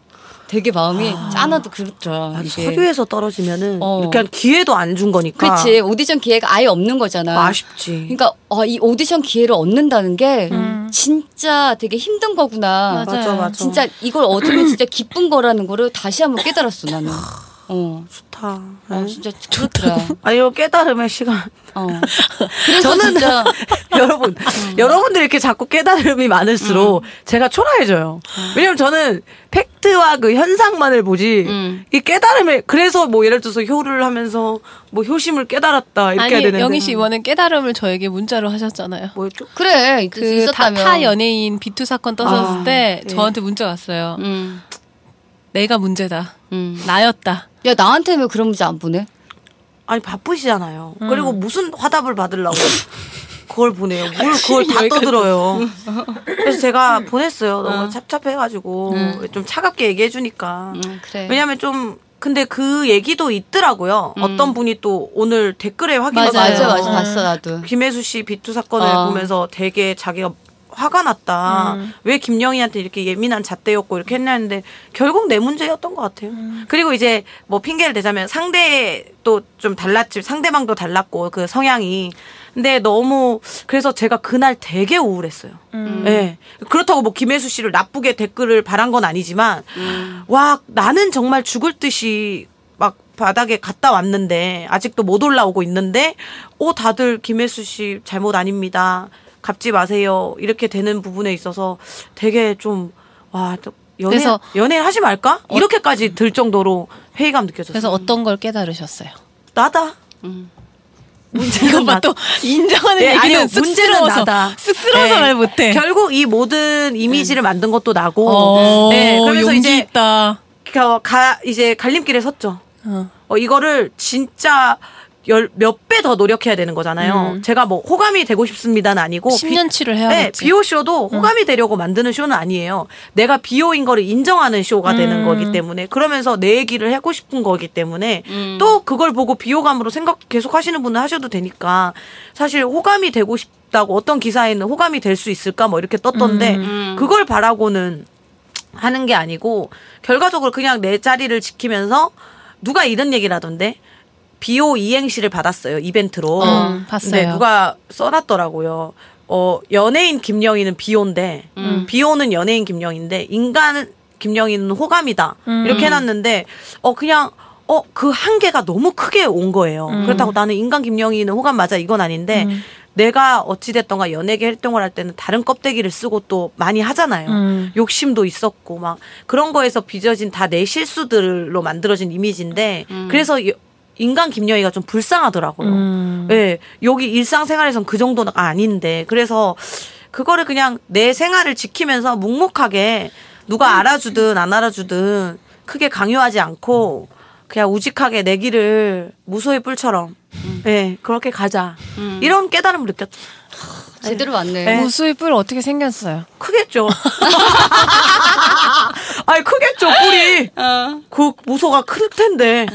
Speaker 3: 되게 마음이 짠하도 그렇더라.
Speaker 4: 아,
Speaker 3: 이게.
Speaker 4: 서류에서 떨어지면은
Speaker 3: 어.
Speaker 4: 이렇게 한 기회도 안 준 거니까.
Speaker 3: 그렇지. 오디션 기회가 아예 없는 거잖아.
Speaker 4: 아쉽지.
Speaker 3: 그러니까 어, 이 오디션 기회를 얻는다는 게
Speaker 2: 음.
Speaker 3: 진짜 되게 힘든 거구나.
Speaker 2: 맞아. 맞아요.
Speaker 3: 진짜 이걸 얻으면 진짜 기쁜 거라는 거를 다시 한번 깨달았어 나는. 어,
Speaker 4: 좋다. 네.
Speaker 3: 어 진짜 그렇더라.
Speaker 4: 아, 이거 깨달음의 시간.
Speaker 3: 어. 그래서
Speaker 4: 저는
Speaker 3: 진짜
Speaker 4: 여러분,
Speaker 3: 어.
Speaker 4: 여러분들 이렇게 자꾸 깨달음이 많을수록 제가 초라해져요.
Speaker 3: 아.
Speaker 4: 왜냐면 저는 팩트와 그 현상만을 보지,
Speaker 3: 음.
Speaker 4: 이 깨달음을, 그래서 뭐 예를 들어서 효를 하면서 뭐 효심을 깨달았다, 이렇게 해야
Speaker 2: 아니
Speaker 4: 되는데.
Speaker 2: 영희 씨 이번엔 깨달음을 저에게 문자로 하셨잖아요.
Speaker 4: 뭐였죠?
Speaker 3: 그래
Speaker 2: 그 타
Speaker 3: 있었다면.
Speaker 2: 연예인 비투 사건 떴었을
Speaker 4: 아,
Speaker 2: 때
Speaker 4: 네.
Speaker 2: 저한테 문자 왔어요.
Speaker 3: 음,
Speaker 2: 내가 문제다.
Speaker 3: 음.
Speaker 2: 나였다.
Speaker 3: 야 나한테 왜 그런 문제 안 보내?
Speaker 4: 아니, 바쁘시잖아요.
Speaker 3: 음.
Speaker 4: 그리고 무슨 화답을 받으려고. 그걸 보내요. 뭘 그걸 다
Speaker 3: 그러니까
Speaker 4: 떠들어요. 그래서 제가 보냈어요. 너무 찹찹해가지고 좀 차갑게 얘기해주니까.
Speaker 3: 음, 그래.
Speaker 4: 왜냐면 좀 근데 그 얘기도 있더라고요. 어떤 분이 또 오늘 댓글에 확인했어요.
Speaker 3: 음. 맞아 맞아
Speaker 2: 맞아요.
Speaker 3: 맞아 봤어 나도.
Speaker 4: 김혜수 씨 비투 사건을
Speaker 3: 어.
Speaker 4: 보면서 되게 자기가 화가 났다. 왜 김영희한테 이렇게 예민한 잣대였고 이렇게 했냐 했는데 결국 내 문제였던 것 같아요. 그리고 이제 뭐 핑계를 대자면 상대도 좀 달랐지 상대방도 달랐고 그 성향이 근데 너무 그래서 제가 그날 되게 우울했어요.
Speaker 3: 음,
Speaker 4: 예. 그렇다고 뭐 김혜수 씨를 나쁘게 댓글을 바란 건 아니지만 와 나는 정말 죽을 듯이 막 바닥에 갔다 왔는데 아직도 못 올라오고 있는데 어 다들 김혜수 씨 잘못 아닙니다. 갚지 마세요. 이렇게 되는 부분에 있어서 되게 좀와 연애
Speaker 2: 그래서- 어,
Speaker 4: 연애 하지 말까? 이렇게까지 들 정도로 회의감 느껴졌어요.
Speaker 2: 그래서 어떤 걸 깨달으셨어요?
Speaker 4: 나다.
Speaker 2: 이거 봐또 인정하는
Speaker 4: 예,
Speaker 2: 얘기는
Speaker 4: 아니요, 문제는
Speaker 2: 쑥스러워서
Speaker 4: 나다.
Speaker 2: 쑥스러워서
Speaker 4: 예.
Speaker 2: 말 못해.
Speaker 4: 결국 이 모든 이미지를 만든 것도 나고.
Speaker 2: 네. 어,
Speaker 4: 예, 그러면서
Speaker 2: 용기
Speaker 4: 이제
Speaker 2: 있다.
Speaker 4: 겨- 가 이제 갈림길에 섰죠.
Speaker 2: 어.
Speaker 4: 어, 이거를 진짜 몇 배 더 노력해야 되는 거잖아요.
Speaker 2: 음.
Speaker 4: 제가 뭐 호감이 되고 싶습니다는 아니고
Speaker 2: 10년 치를
Speaker 4: 뭐 네,
Speaker 2: 해야겠지.
Speaker 4: 비오 쇼도 호감이 되려고 만드는 쇼는 아니에요. 내가 비오인 거를 인정하는 쇼가 되는
Speaker 2: 음.
Speaker 4: 거기 때문에 그러면서 내 얘기를 하고 싶은 거기 때문에
Speaker 2: 음.
Speaker 4: 또 그걸 보고 비호감으로 생각 계속 하시는 분은 하셔도 되니까 사실 호감이 되고 싶다고 어떤 기사에는 호감이 될 수 있을까 뭐 이렇게 떴던데
Speaker 2: 음.
Speaker 4: 그걸 바라고는 하는 게 아니고 결과적으로 그냥 내 자리를 지키면서 누가 이런 얘기를 하던데 비오 이행시를 받았어요 이벤트로
Speaker 2: 음,
Speaker 4: 근데
Speaker 2: 봤어요.
Speaker 4: 누가 써놨더라고요 어 연예인 김영희는 비오인데
Speaker 2: 음.
Speaker 4: 비오는 연예인 김영희인데 인간 김영희는 호감이다
Speaker 2: 음.
Speaker 4: 이렇게 해놨는데 어 그냥 어 그 한계가 너무 크게 온 거예요
Speaker 2: 음.
Speaker 4: 그렇다고 나는 인간 김영희는 호감 맞아 이건 아닌데 내가 어찌됐던가 연예계 활동을 할 때는 다른 껍데기를 쓰고 또 많이 하잖아요.
Speaker 2: 음.
Speaker 4: 욕심도 있었고 막 그런 거에서 빚어진 다 내 실수들로 만들어진 이미지인데 그래서 여- 인간 김여희가 좀 불쌍하더라고요. 예.
Speaker 2: 음.
Speaker 4: 여기 일상생활에선 그 정도는 아닌데 그래서 그거를 그냥 내 생활을 지키면서 묵묵하게 누가 알아주든 안 알아주든 크게 강요하지 않고 그냥 우직하게 내 길을 무소의 뿔처럼 예 그렇게 가자 이런 깨달음을 느꼈죠
Speaker 3: 제대로 왔네. 뭐,
Speaker 4: 네.
Speaker 2: 뭐 우수의 뿔 어떻게 생겼어요?
Speaker 4: 크겠죠. 아니 크겠죠 뿔이. 그 무소가 클 텐데.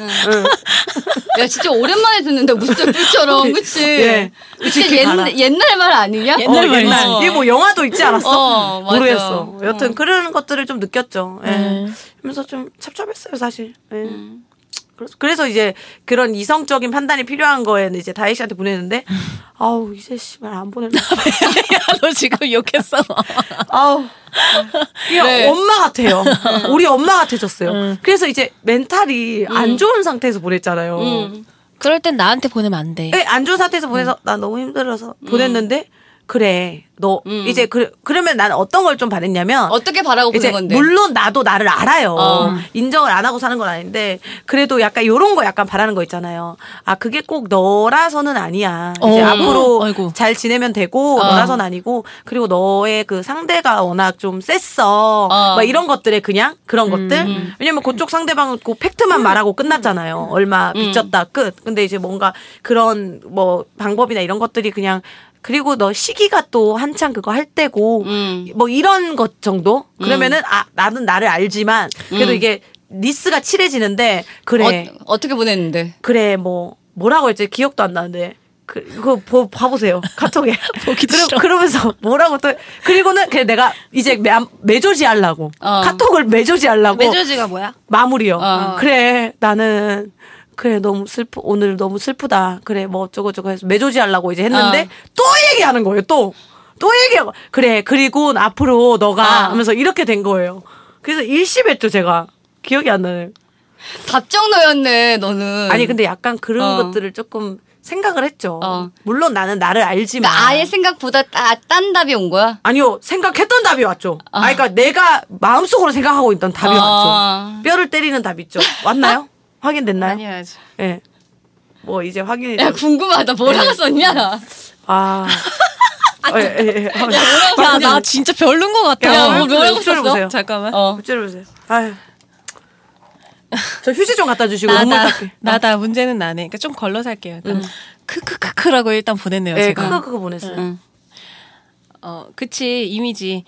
Speaker 4: 예.
Speaker 3: 야 진짜 오랜만에 듣는데 무슨 뿔처럼 그치?
Speaker 4: 예.
Speaker 3: 진짜
Speaker 4: 그치, 가라.
Speaker 3: 옛날, 옛날 말 아니냐?
Speaker 4: 어, 옛날 이게 뭐 영화도 있지 않았어?
Speaker 3: 어, 맞아.
Speaker 4: 모르겠어. 여튼 그런 것들을 좀 느꼈죠. 예.
Speaker 2: 네.
Speaker 4: 그러면서 좀 찹찹했어요 사실. 예. 그래서- 그래서 이제 그런 이성적인 판단이 필요한 거에는 이제 다혜 씨한테 보내는데 아우 이제 씨발 안 보낼래.
Speaker 2: 야, 너 지금 욕했어.
Speaker 4: 아우 그냥
Speaker 2: 네.
Speaker 4: 엄마 같아요. 우리 엄마 같아졌어요. 그래서 이제 멘탈이 안 좋은 상태에서 보냈잖아요.
Speaker 2: 그럴 땐 나한테 보내면 안 돼.
Speaker 4: 에, 안 좋은 상태에서 보내서 나 너무 힘들어서 보냈는데 그래 너 이제 그, 그러면 난 어떤 걸 좀 바랬냐면
Speaker 3: 어떻게 바라고
Speaker 4: 이제
Speaker 3: 보는 건데?
Speaker 4: 물론 나도 나를 알아요.
Speaker 3: 어.
Speaker 4: 인정을 안 하고 사는 건 아닌데 그래도 약간 요런 거 약간 바라는 거 있잖아요. 아 그게 꼭 너라서는 아니야. 이제
Speaker 2: 어.
Speaker 4: 앞으로
Speaker 2: 아이고.
Speaker 4: 잘 지내면 되고 너라서는 아니고 그리고 너의 그 상대가 워낙 좀 셌어.
Speaker 3: 어.
Speaker 4: 막 이런 것들에 그냥 그런 것들. 왜냐면 그쪽 상대방은 그 팩트만 말하고 끝났잖아요. 얼마 빚졌다 끝. 근데 이제 뭔가 그런 뭐 방법이나 이런 것들이 그냥 그리고 너 시기가 또 한창 그거 할 때고
Speaker 3: 음.
Speaker 4: 뭐 이런 것 정도?
Speaker 2: 음.
Speaker 4: 그러면은 아 나는 나를 알지만 그래도 이게 니스가 칠해지는데 그래
Speaker 3: 어, 떻게 보냈는데?
Speaker 4: 그래 뭐 뭐라고 했지 기억도 안 나는데 그, 그거 보, 봐보세요 카톡에
Speaker 2: 보기도 싫어.
Speaker 4: 그러면서 뭐라고 또 그리고는 그래 내가 이제 매, 매조지 하려고
Speaker 3: 어.
Speaker 4: 카톡을 매조지 하려고
Speaker 2: 메조지가 뭐야?
Speaker 4: 마무리요
Speaker 3: 어.
Speaker 4: 그래 나는 그래 너무 슬프 오늘 너무 슬프다 그래 뭐 어쩌고 저쩌고 해서 매조지 하려고 이제 했는데
Speaker 3: 어.
Speaker 4: 또 얘기하는 거예요 또 또 얘기하고 그래 그리고 앞으로 너가
Speaker 3: 아.
Speaker 4: 하면서 이렇게 된 거예요 그래서 일심했죠 제가 기억이 안 나네요
Speaker 3: 답정너였네 너는.
Speaker 4: 아니 근데 약간 그런
Speaker 3: 음. 어.
Speaker 4: 것들을 조금 생각을 했죠.
Speaker 3: 어.
Speaker 4: 물론 나는 나를 알지만
Speaker 3: 그러니까 아예 생각보다 따, 딴 답이 온 거야?
Speaker 4: 아니요 생각했던 답이 왔죠. 아 그러니까 내가 마음속으로 생각하고 있던 답이
Speaker 2: 아.
Speaker 3: 어.
Speaker 4: 왔죠. 뼈를 때리는 답 있죠. 왔나요? 확인됐나요?
Speaker 3: 아니야지.
Speaker 4: 예. 뭐 이제 확인이
Speaker 3: 야
Speaker 4: 됐-
Speaker 3: 궁금하다 뭐라고
Speaker 4: 네.
Speaker 3: 썼냐?
Speaker 4: 아. 예, 예, 예.
Speaker 2: 야, 나 진짜 별론 것 같아.
Speaker 4: 야,
Speaker 2: 어,
Speaker 4: 뭐 뭐라고 썼어? 네.
Speaker 2: 잠깐만.
Speaker 3: 어.
Speaker 4: 붙여보세요 아유. 저 휴지 좀 갖다 주시고 눈물
Speaker 2: 나다
Speaker 4: 닦게.
Speaker 2: 나다 문제는 나네. 그러니까 좀 걸러 살게요.
Speaker 4: 음.
Speaker 2: 그러니까 크크크크라고 일단 보냈네요.
Speaker 4: 예,
Speaker 2: 제가.
Speaker 4: 그거 그거 보냈어요.
Speaker 3: 응.
Speaker 2: 어, 그치 이미지.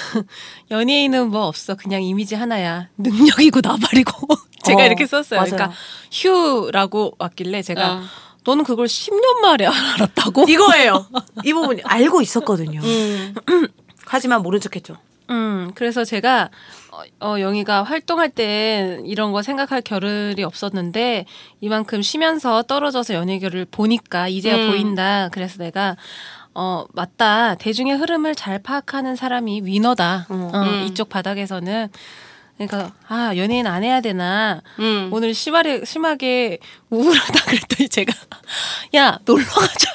Speaker 2: 연예인은 뭐 없어. 그냥 이미지 하나야. 능력이고 나발이고. 제가
Speaker 4: 어,
Speaker 2: 이렇게 썼어요.
Speaker 4: 맞아요.
Speaker 2: 그러니까 휴라고 왔길래 제가
Speaker 3: 어.
Speaker 2: 너는 그걸 10년 만에 알았다고?
Speaker 4: 이거예요. 이 부분 알고 있었거든요.
Speaker 3: 음.
Speaker 4: 하지만 모른 척했죠.
Speaker 2: 음, 그래서 제가 어, 어, 영희가 활동할 땐 이런 거 생각할 겨를이 없었는데 이만큼 쉬면서 떨어져서 연예교를 보니까 이제야
Speaker 3: 음.
Speaker 2: 보인다. 그래서 내가 어 맞다. 대중의 흐름을 잘 파악하는 사람이 위너다. 어,
Speaker 3: 음.
Speaker 2: 이쪽 바닥에서는 그러니까 아 연예인 안 해야 되나
Speaker 3: 음.
Speaker 2: 오늘 심하게 심하게 우울하다 그랬더니 제가 야 놀러 가자.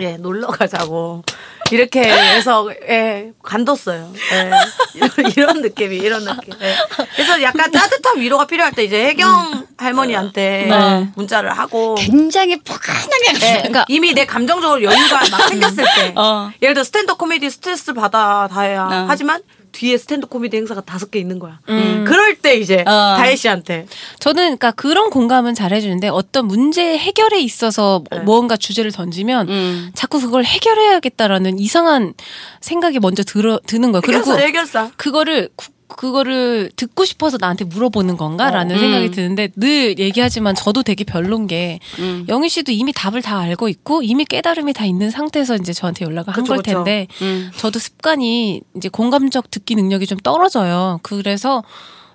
Speaker 4: 예, 놀러 가자고. 이렇게 해서, 예, 간뒀어요. 예. 이런- 이런 느낌이, 이런 느낌. 예. 그래서 약간 따뜻한 위로가 필요할 때 이제 혜경 할머니한테
Speaker 2: 음. 네.
Speaker 4: 문자를 하고.
Speaker 3: 굉장히 포근하게.
Speaker 4: 예, 그러니까 이미 내 감정적으로 여유가 막 생겼을 때.
Speaker 3: 어.
Speaker 4: 예를 들어 스탠드 코미디 스트레스 받아, 다혜야.
Speaker 3: 어.
Speaker 4: 하지만 뒤에 스탠드 코미디 행사가 다섯 개 있는 거야.
Speaker 2: 음.
Speaker 4: 음. 그럴 때 이제
Speaker 3: 어.
Speaker 4: 다혜 씨한테.
Speaker 2: 저는 그러니까 그런 공감은 잘 해주는데 어떤 문제 해결에 있어서 뭐- 무언가 주제를 던지면
Speaker 3: 음.
Speaker 2: 자꾸 그걸 해결해야겠다라는 이상한 생각이 먼저 들어 드는 거예요. 그리고
Speaker 4: 해결사, 해결사.
Speaker 2: 그거를 구- 그거를 듣고 싶어서 나한테 물어보는 건가라는
Speaker 3: 어.
Speaker 2: 생각이
Speaker 3: 음.
Speaker 2: 드는데 늘 얘기하지만 저도 되게 별론 게
Speaker 3: 음.
Speaker 2: 영희 씨도 이미 답을 다 알고 있고 이미 깨달음이 다 있는 상태에서 이제 저한테 연락을 한
Speaker 4: 그쵸,
Speaker 2: 걸
Speaker 4: 그쵸.
Speaker 2: 텐데
Speaker 3: 음.
Speaker 2: 저도 습관이 이제 공감적 듣기 능력이 좀 떨어져요. 그래서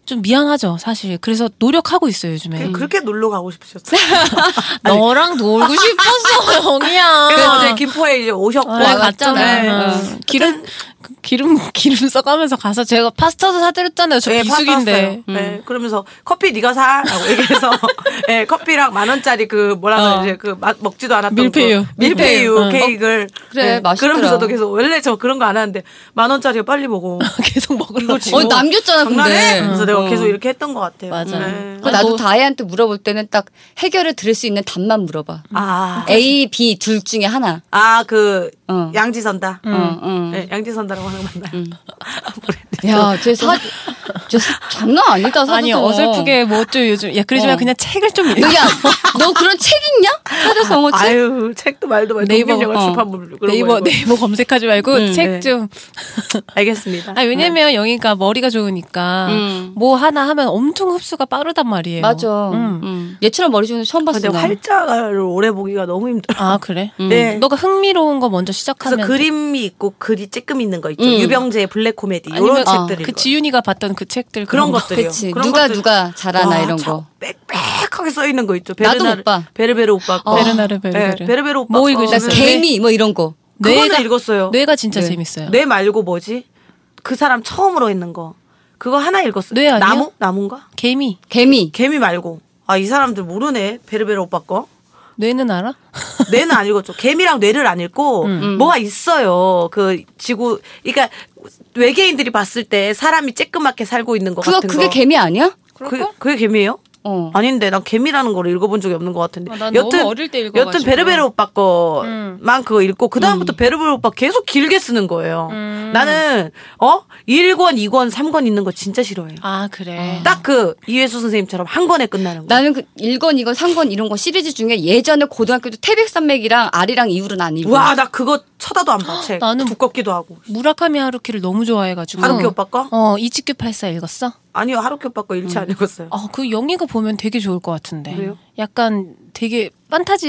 Speaker 2: 좀 미안하죠, 사실. 그래서 노력하고 있어요, 요즘에.
Speaker 4: 그렇게 놀러 가고 싶으셨어요.
Speaker 2: 너랑 놀고 싶었어, 영희야.
Speaker 4: 그래서 어제 김포에 이제 오셨고.
Speaker 2: 아, 갔잖아요.
Speaker 4: 네.
Speaker 2: 어. 기름 기름 기름 써가면서 가서 제가 파스타도 사드렸잖아요. 저
Speaker 4: 예,
Speaker 2: 비수기인데. 음.
Speaker 4: 파스타 왔어요. 예, 그러면서 커피 네가 사라고 얘기해서 예, 커피랑 만 원짜리 그 뭐라
Speaker 2: 어.
Speaker 4: 그러지 그 마- 먹지도 않았던
Speaker 2: 밀푀유.
Speaker 4: 그 밀푀유
Speaker 2: 어.
Speaker 4: 케이크를
Speaker 3: 그래,
Speaker 4: 예,
Speaker 3: 맛있더라.
Speaker 4: 그러면서도 계속 원래 저 그런 거 안 하는데 만 원짜리가 빨리 먹어.
Speaker 2: 계속 먹으러.
Speaker 4: 이거
Speaker 2: 고
Speaker 4: 지금
Speaker 3: 어, 남겼잖아,
Speaker 4: 장난해?
Speaker 3: 근데.
Speaker 4: 그래서 내가
Speaker 3: 어.
Speaker 4: 계속 이렇게 했던 것 같아요.
Speaker 2: 맞아요.
Speaker 4: 네.
Speaker 3: 그
Speaker 2: 아,
Speaker 3: 나도
Speaker 2: 뭐-
Speaker 3: 다혜한테 물어볼 때는 딱 해결을 들을 수 있는 답만 물어봐.
Speaker 4: 아,
Speaker 3: A, B 둘 중에 하나.
Speaker 4: 아, 그
Speaker 3: 어.
Speaker 4: 양지선다.
Speaker 2: 음.
Speaker 3: 응, 응.
Speaker 4: 예, 양지선다라고 하는 거 맞나요?
Speaker 3: 야, 쟤 사, 쟤 사- 장난 아니다, 사줬잖아.
Speaker 2: 아니 어설프게 뭐좀 요즘 야 그러지
Speaker 3: 어.
Speaker 2: 마 그냥 책을 좀 읽어.
Speaker 3: 너, 야, 너 그런 책 있냐? 사줘서 어머, 책?
Speaker 4: 아유, 책도 말도 말고
Speaker 2: 네이버,
Speaker 4: 동영을
Speaker 3: 어.
Speaker 4: 출판물 그런
Speaker 2: 네이버
Speaker 4: 거 말고.
Speaker 2: 네이버 검색하지 말고
Speaker 3: 음,
Speaker 4: 네.
Speaker 2: 책 좀.
Speaker 4: 알겠습니다.
Speaker 2: 아 왜냐면 영희가 머리가 좋으니까
Speaker 3: 음.
Speaker 2: 뭐 하나 하면 엄청 흡수가 빠르단 말이에요.
Speaker 3: 맞아.
Speaker 2: 음.
Speaker 3: 응. 얘처럼 머리 주는 거 처음 봤어.
Speaker 4: 아, 근데
Speaker 3: 나.
Speaker 4: 활자를 오래 보기가 너무 힘들어.
Speaker 2: 아 그래.
Speaker 4: 네.
Speaker 2: 너가 흥미로운 거 먼저
Speaker 4: 그래서
Speaker 2: 시작하면 음.
Speaker 4: 그림이 있고 글이 쬐끔 있는 있는 거 있죠. 유병재의 블랙 코미디 이런
Speaker 2: 아니면
Speaker 4: 책들
Speaker 2: 그
Speaker 4: 읽어요.
Speaker 2: 지윤이가 봤던 그 책들
Speaker 4: 그런
Speaker 2: 그런, 거.
Speaker 4: 것들이요.
Speaker 3: 그치.
Speaker 4: 그런
Speaker 3: 누가
Speaker 4: 것들.
Speaker 3: 누가 잘하나 이런
Speaker 4: 참
Speaker 3: 거.
Speaker 4: 빽빽하게 써 있는 거 있죠.
Speaker 3: 나도
Speaker 4: 베르나르-
Speaker 3: 못 봐.
Speaker 4: 베르베르 오빠. 거.
Speaker 2: 어. 베르나르 베르베르.
Speaker 4: 네, 베르베르 오빠.
Speaker 2: 뭐
Speaker 4: 거.
Speaker 2: 읽으셨어요?
Speaker 3: 나
Speaker 2: 네.
Speaker 3: 개미 뭐 이런 거.
Speaker 4: 그거는 읽었어요.
Speaker 2: 뇌가 진짜
Speaker 3: 네.
Speaker 2: 재밌어요.
Speaker 4: 뇌 말고 뭐지? 그 사람 처음으로 있는 거. 그거 하나 읽었어요.
Speaker 2: 뇌 네, 아니야?
Speaker 4: 나무? 나무인가?
Speaker 2: 개미
Speaker 3: 개미.
Speaker 4: 개미 말고. 아, 이 사람들 모르네. 베르베르 오빠 거.
Speaker 2: 뇌는 알아?
Speaker 4: 뇌는 안 읽었죠. 개미랑 뇌를 안 읽고
Speaker 2: 음.
Speaker 4: 뭐가 있어요. 그 지구 그러니까 외계인들이 봤을 때 사람이 쬐끄맣게 살고 있는 것
Speaker 3: 그거
Speaker 4: 같은
Speaker 3: 그게
Speaker 4: 거.
Speaker 3: 개미 아니야?
Speaker 4: 그게, 그게 개미예요?
Speaker 3: 어.
Speaker 4: 아닌데 난 개미라는 걸 읽어본 적이 없는 것 같은데.
Speaker 2: 아, 난 너무 어릴 때 읽어가지고.
Speaker 4: 여튼 베르베르 오빠 거만 그거 읽고 그 다음부터 베르베르 오빠 계속 길게 쓰는 거예요.
Speaker 2: 음.
Speaker 4: 나는 어 1권, 2권, 3권 있는 거 진짜 싫어해요.
Speaker 2: 아 그래.
Speaker 4: 딱 그 이회수 선생님처럼 한 권에 끝나는 거.
Speaker 3: 나는 그 1권, 2권, 3권 이런 거 시리즈 중에 예전에 고등학교 때 태백산맥이랑 아리랑 이후로 난 이거.
Speaker 4: 와 나 그거 쳐다도 안 봐. 책
Speaker 2: 나는
Speaker 4: 두껍기도 하고.
Speaker 2: 무라카미 하루키를 너무 좋아해가지고.
Speaker 4: 하루키 오빠 거?
Speaker 2: 어 이지큐 84 읽었어?
Speaker 4: 아니요 하루키 오빠 거 일체 안 읽었어요.
Speaker 2: 어, 그 영희가 보면 되게 좋을 것 같은데.
Speaker 4: 그래요?
Speaker 2: 약간 되게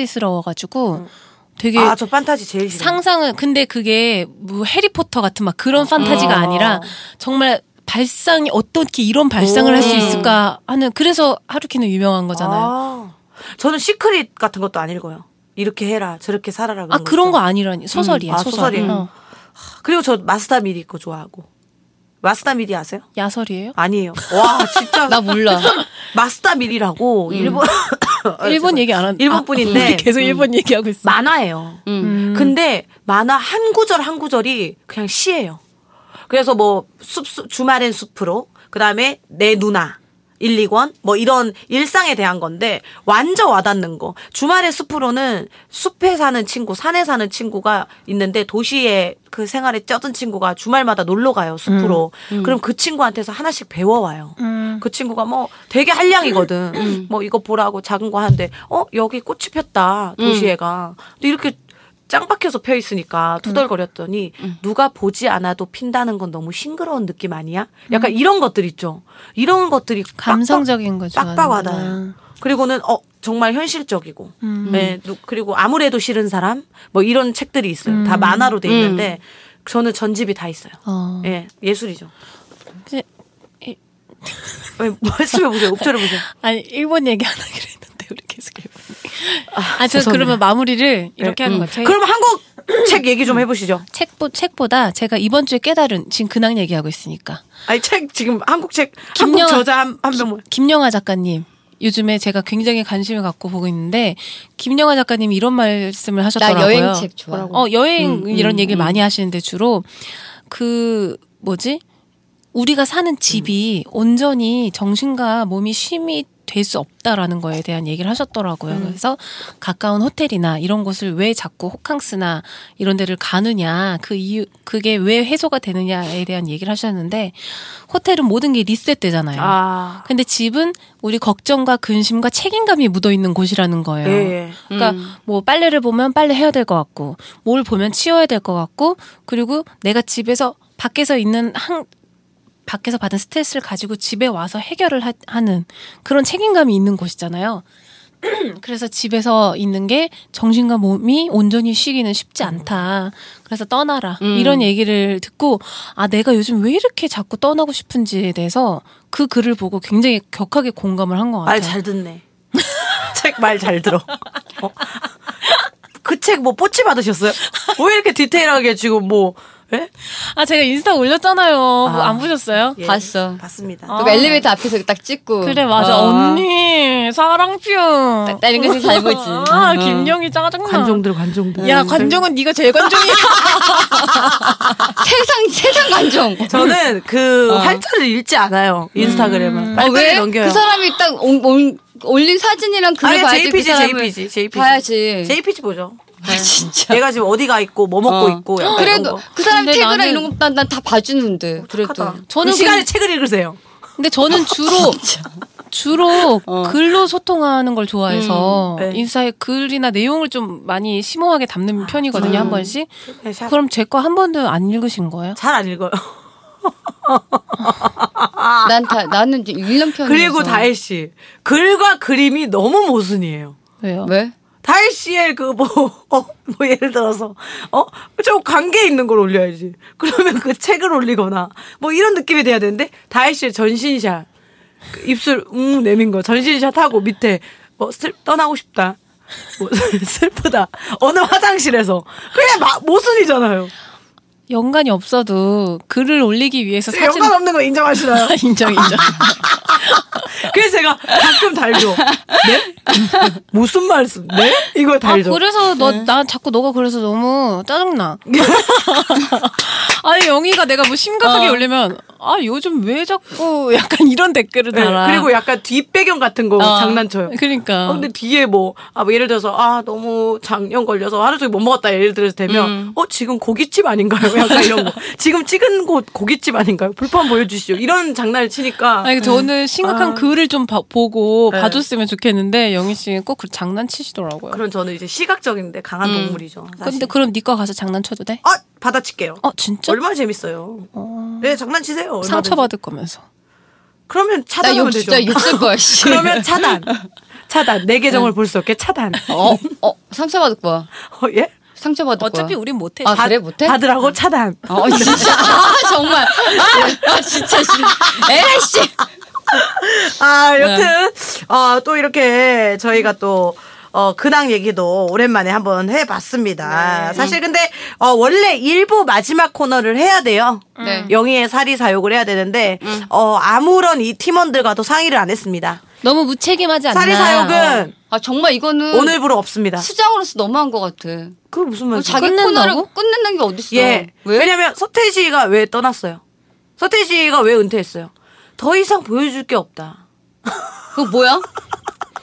Speaker 2: 판타지스러워가지고 되게
Speaker 4: 아 저 판타지 제일 싫어.
Speaker 2: 상상을 근데 그게 뭐 해리포터 같은 막
Speaker 4: 어.
Speaker 2: 그런 판타지가 아니라 정말 발상이 어떻게 이런 발상을 할 수 있을까 하는 그래서 하루키는 유명한 거잖아요.
Speaker 4: 아, 저는 시크릿 같은 것도 안 읽어요. 이렇게 해라, 저렇게 살아라.
Speaker 2: 아, 그런 거
Speaker 4: 있잖아요.
Speaker 2: 아니라니 소설이야
Speaker 4: 아,
Speaker 2: 소설.
Speaker 4: 소설이에요.
Speaker 2: 어.
Speaker 4: 그리고 저 마스다 미리 거 좋아하고. 마스다 미리 아세요?
Speaker 2: 야설이에요?
Speaker 4: 아니에요. 와 진짜 그
Speaker 3: 나 몰라.
Speaker 4: 마스다
Speaker 2: 음.
Speaker 4: 미리라고 일본 아,
Speaker 2: 일본
Speaker 4: 죄송해요.
Speaker 2: 얘기 안 한다.
Speaker 4: 일본 분인데. 음.
Speaker 2: 우리 계속 일본 얘기하고 있어.
Speaker 4: 만화예요.
Speaker 2: 음.
Speaker 4: 근데 만화 한 구절 한 구절이 그냥 시예요. 그래서 뭐 숲, 숲- 주말엔 숲으로 그다음에 내 누나 1, 2권 뭐 이런 일상에 대한 건데 완전 와닿는 거. 주말의 숲으로는 숲에 사는 친구, 산에 사는 친구가 있는데 도시에 그 생활에 쩌든 친구가 주말마다 놀러 가요 숲으로.
Speaker 2: 음.
Speaker 4: 그럼 그 친구한테서 하나씩 배워와요. 그 친구가 뭐 되게 한량이거든. 뭐 이거 보라고 작은 거 하는데 어 여기 꽃이 폈다 도시애가. 근데 이렇게 짱 박혀서 펴 있으니까 투덜거렸더니 누가 보지 않아도 핀다는 건 너무 싱그러운 느낌 아니야? 약간 이런 것들 있죠. 이런 것들이 빡빡-
Speaker 2: 감성적인 거 좋아하는구나.
Speaker 4: 빡빡 와닿아요. 그리고는 어 정말 현실적이고,
Speaker 2: 음.
Speaker 4: 네, 누- 그리고 아무래도 싫은 사람 뭐 이런 책들이 있어요. 다
Speaker 2: 음.
Speaker 4: 만화로 돼 있는데 저는 전집이 다 있어요.
Speaker 2: 어.
Speaker 4: 예, 예술이죠.
Speaker 2: 근데
Speaker 4: 왜, 뭐 했으면 보세요. 옵절을 보세요.
Speaker 2: 아니 일본 얘기 안 하기로 했는데 우리 계속 일본.
Speaker 4: 아,
Speaker 2: 아저
Speaker 4: 죄송해요.
Speaker 2: 그러면 마무리를 이렇게 하는 것 같아요.
Speaker 4: 음. 그럼 한국 책 얘기 좀 해보시죠.
Speaker 2: 책보, 책보다 제가 이번 주에 깨달은 지금 근황 얘기하고 있으니까
Speaker 4: 아니 책 지금 한국 책
Speaker 2: 김영하-
Speaker 4: 한국 저자 한한명
Speaker 2: 뭐, 김영하 작가님 요즘에 제가 굉장히 관심을 갖고 보고 있는데 김영하 작가님이 이런 말씀을 하셨더라고요.
Speaker 3: 여행책 음, 좋아.
Speaker 2: 어 여행 이런 얘기를 많이 하시는데 주로 그 뭐지 우리가 사는 집이
Speaker 3: 음.
Speaker 2: 온전히 정신과 몸이 쉼이 될 수 없다라는 거에 대한 얘기를 하셨더라고요.
Speaker 3: 음.
Speaker 2: 그래서 가까운 호텔이나 이런 곳을 왜 자꾸 호캉스나 이런 데를 가느냐, 그 이유, 그게 왜 해소가 되느냐에 대한 얘기를 하셨는데, 호텔은 모든 게 리셋되잖아요.
Speaker 4: 아,
Speaker 2: 근데 집은 우리 걱정과 근심과 책임감이 묻어 있는 곳이라는 거예요.
Speaker 4: 예, 예.
Speaker 2: 그러니까 뭐 빨래를 보면 빨래 해야 될 것 같고 뭘 보면 치워야 될 것 같고 그리고 내가 집에서 밖에서 있는 한 밖에서 받은 스트레스를 가지고 집에 와서 해결을 하, 하는 그런 책임감이 있는 곳이잖아요. 그래서 집에서 있는 게 정신과 몸이 온전히 쉬기는 쉽지 않다. 그래서 떠나라. 이런 얘기를 듣고, 아, 내가 요즘 왜 이렇게 자꾸 떠나고 싶은지에 대해서 그 글을 보고 굉장히 격하게 공감을 한 것 같아요.
Speaker 4: 말 잘 듣네. 책 말 잘 들어. 어. 그 책 뭐 뽀치 받으셨어요? 왜 이렇게 디테일하게 지금 뭐 예?
Speaker 2: 아, 제가 인스타 올렸잖아요. 뭐
Speaker 4: 아.
Speaker 2: 안 보셨어요?
Speaker 4: 예,
Speaker 3: 봤어.
Speaker 4: 봤습니다.
Speaker 3: 그 엘리베이터 앞에서 딱 찍고.
Speaker 2: 그래, 맞아.
Speaker 3: 어.
Speaker 2: 언니, 사랑 퓨.
Speaker 3: 딱 다른 것을 잘 보지.
Speaker 2: 아, 김영희 짜증나.
Speaker 4: 관종들 관종들.
Speaker 2: 야, 관종은 네가 제일 관종이야.
Speaker 3: 세상 세상 어, 관종.
Speaker 4: 저는 그 활자를 읽지 않아요 인스타그램은.
Speaker 3: 아,
Speaker 4: 빨리
Speaker 3: 왜?
Speaker 4: 넘겨요.
Speaker 3: 그 사람이 딱 온- 온- 올린 사진이랑 글을
Speaker 4: 아니 예,
Speaker 3: 봐야지
Speaker 4: JPG
Speaker 3: 그 사람을
Speaker 4: JPG JPG
Speaker 3: 봐야지.
Speaker 4: JPG 보죠.
Speaker 3: 아, 진짜.
Speaker 4: 얘가 지금 어디가 있고 뭐 먹고 있고 약간 이런
Speaker 3: 그래도
Speaker 4: 거.
Speaker 3: 그 사람
Speaker 2: 어. 근데
Speaker 3: 태그랑
Speaker 2: 나는-
Speaker 3: 이런 거난난 다 봐주는데 그래도
Speaker 4: 어, 착하다.
Speaker 2: 저는
Speaker 4: 이 시간에
Speaker 2: 그-
Speaker 4: 책을 읽으세요.
Speaker 2: 근데 저는 주로 주로
Speaker 3: 어.
Speaker 2: 글로 소통하는 걸 좋아해서
Speaker 4: 음, 네.
Speaker 2: 인사에 글이나 내용을 좀 많이 심오하게 담는 편이거든요 한 번씩. 그럼 제 거 한 번도 안 읽으신 거예요?
Speaker 4: 잘 안 읽어요. 아.
Speaker 3: 난 다 나는 이제 읽는 편이어서
Speaker 4: 그리고 다혜 씨 글과 그림이 너무 모순이에요.
Speaker 2: 왜요?
Speaker 3: 왜?
Speaker 4: 다혜 씨의 그 뭐, 어, 뭐 예를 들어서, 어, 저 관계 있는 걸 올려야지. 그러면 그 책을 올리거나, 뭐 이런 느낌이 돼야 되는데, 다혜 씨의 전신샷. 그 입술, 음, 내민 거. 전신샷 하고 밑에, 뭐, 슬, 떠나고 싶다. 뭐, 슬프다. 어느 화장실에서. 그냥 마, 모순이잖아요.
Speaker 2: 연관이 없어도 글을 올리기 위해서 사진
Speaker 4: 연관 없는 거 인정하시나요?
Speaker 2: 인정 인정.
Speaker 4: 그래서 제가 가끔 달죠. 네? 무슨 말씀? 네? 이걸
Speaker 2: 아
Speaker 4: 달죠. 네.
Speaker 2: 그래서 너 나 자꾸 너가 그래서 너무 짜증나. 아니 영희가 내가 뭐 심각하게
Speaker 4: 어.
Speaker 2: 올리면 아 요즘 왜 자꾸 약간 이런 댓글을
Speaker 4: 네,
Speaker 2: 달아.
Speaker 4: 그리고 약간 뒷배경 같은 거
Speaker 2: 어,
Speaker 4: 장난쳐요.
Speaker 2: 그러니까.
Speaker 4: 어, 근데 뒤에 뭐, 아, 뭐 예를 들어서, 아, 너무 장염 걸려서 하루 종일 못 먹었다. 예를 들어서 되면,
Speaker 2: 음.
Speaker 4: 어, 지금 고깃집 아닌가요? 약간 이런 거. 지금 찍은 곳 고깃집 아닌가요? 불판 보여주시죠. 이런 장난을 치니까.
Speaker 2: 아니 저는 심각한
Speaker 4: 아.
Speaker 2: 글을 좀 봐- 보고
Speaker 4: 네.
Speaker 2: 봐줬으면 좋겠는데 영희 씨는 꼭 그 장난치시더라고요.
Speaker 4: 그럼 저는 이제 시각적인데 강한 동물이죠. 사실.
Speaker 2: 음. 근데 그럼 니꺼 가서 장난쳐도 돼?
Speaker 4: 아, 받아칠게요.
Speaker 2: 어 진짜?
Speaker 4: 얼마나 재밌어요. 네, 장난치세요. 얼마든지.
Speaker 2: 상처받을 거면서.
Speaker 4: 그러면
Speaker 3: 나
Speaker 4: 차단하면
Speaker 3: 욕
Speaker 4: 되죠.
Speaker 3: 진짜 욕쓸 거야. 씨.
Speaker 4: 그러면 차단. 차단. 내
Speaker 3: 네.
Speaker 4: 계정을 볼 수 없게 차단.
Speaker 3: 어, 어 상처받을 거야.
Speaker 4: 어, 예?
Speaker 3: 상처받을
Speaker 2: 어차피
Speaker 3: 거야.
Speaker 2: 우린 못해.
Speaker 3: 아, 그래 못해?
Speaker 4: 받으라고 차단.
Speaker 3: 어 진짜 아 정말 아, 아 진짜 씨 에이씨
Speaker 4: 아, 여튼,
Speaker 3: 네.
Speaker 4: 아, 또 이렇게 저희가 또, 어, 근황 얘기도 오랜만에 한번 해봤습니다. 사실 근데, 어, 원래 일부 마지막 코너를 해야 돼요.
Speaker 3: 네. 음.
Speaker 4: 영희의 사리 사욕을 해야 되는데, 어, 아무런 이 팀원들과도 상의를 안 했습니다.
Speaker 2: 너무 무책임하지 않나.
Speaker 4: 사리 사욕은
Speaker 3: 아 정말 이거는
Speaker 4: 오늘부로 없습니다.
Speaker 3: 수장으로서 너무한 것 같아
Speaker 4: 그 무슨 말이야?
Speaker 3: 자기
Speaker 2: 끝낸다고?
Speaker 3: 코너를 끝낸다는 게 어딨어
Speaker 4: 예.
Speaker 3: 왜?
Speaker 4: 왜냐면 서태 씨가 왜 떠났어요? 서태 씨가 왜 은퇴했어요? 더 이상 보여줄 게 없다.
Speaker 3: 그거 뭐야?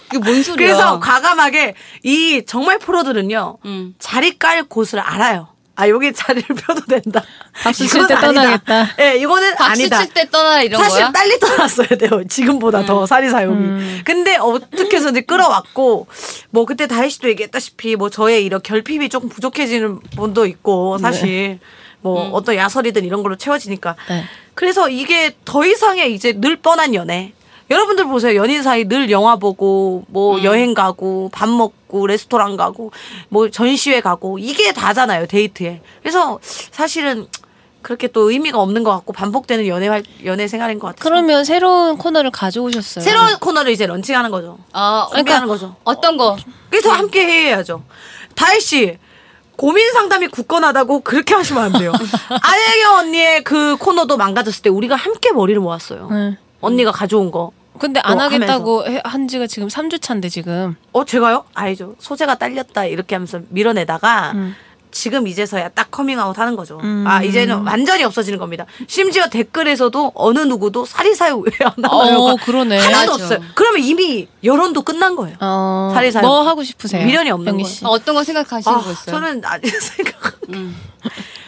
Speaker 3: 이게 뭔 소리야
Speaker 4: 그래서 과감하게 이 정말 프로들은요
Speaker 3: 음.
Speaker 4: 자리 깔 곳을 알아요. 아 여기 자리를 펴도 된다.
Speaker 2: 박수
Speaker 4: 이건
Speaker 2: 칠때
Speaker 4: 아니다.
Speaker 2: 떠나겠다.
Speaker 4: 예, 이거는
Speaker 3: 박수
Speaker 4: 아니다.
Speaker 3: 칠 때 떠나 이런
Speaker 4: 사실
Speaker 3: 거야?
Speaker 4: 빨리 떠났어야 돼요. 지금보다 더 사리사욕이. 근데 어떻게 해서든지 끌어왔고, 뭐 그때 다혜 씨도 얘기했다시피, 뭐 저의 이런 결핍이 조금 부족해지는 분도 있고, 사실. 뭐 어떤 야설이든 이런 걸로 채워지니까.
Speaker 2: 네.
Speaker 4: 그래서 이게 더 이상의 이제 늘 뻔한 연애. 여러분들 보세요. 연인 사이 늘 영화 보고, 뭐 여행 가고, 밥 먹고, 레스토랑 가고, 뭐 전시회 가고, 이게 다잖아요. 데이트에. 그래서 사실은 그렇게 또 의미가 없는 것 같고 반복되는 연애 활- 연애 생활인 것 같아요.
Speaker 2: 그러면 새로운 코너를 가져오셨어요.
Speaker 4: 새로운 코너를 이제 런칭하는 거죠.
Speaker 3: 아
Speaker 4: 준비하는 거죠.
Speaker 3: 어떤 거?
Speaker 4: 그래서
Speaker 2: 음.
Speaker 4: 함께 해야죠. 다혜 씨 고민 상담이 굳건하다고 그렇게 하시면 안 돼요. 아예경 언니의 그 코너도 망가졌을 때 우리가 함께 머리를 모았어요.
Speaker 2: 네.
Speaker 4: 언니가 가져온 거.
Speaker 2: 근데 안
Speaker 4: 어,
Speaker 2: 하겠다고 해- 한 지가 지금 3주 차인데 지금.
Speaker 4: 어 제가요? 아니죠. 소재가 딸렸다 이렇게 하면서 밀어내다가
Speaker 2: 음.
Speaker 4: 지금 이제서야 딱 커밍아웃 하는 거죠. 아 이제는 완전히 없어지는 겁니다. 심지어 댓글에서도 어느 누구도 사리사욕 왜안 하나요? 그러니까
Speaker 2: 어, 그러네.
Speaker 4: 하나도
Speaker 3: 맞아.
Speaker 4: 없어요. 그러면 이미 여론도 끝난 거예요.
Speaker 2: 어,
Speaker 4: 사리 사욕.
Speaker 2: 뭐 하고 싶으세요?
Speaker 4: 미련이 없는
Speaker 2: 영희
Speaker 4: 거예요.
Speaker 2: 씨.
Speaker 3: 아, 어떤 거 생각하시는
Speaker 4: 아,
Speaker 3: 거 있어요? 음.
Speaker 4: 저는 아직 생각.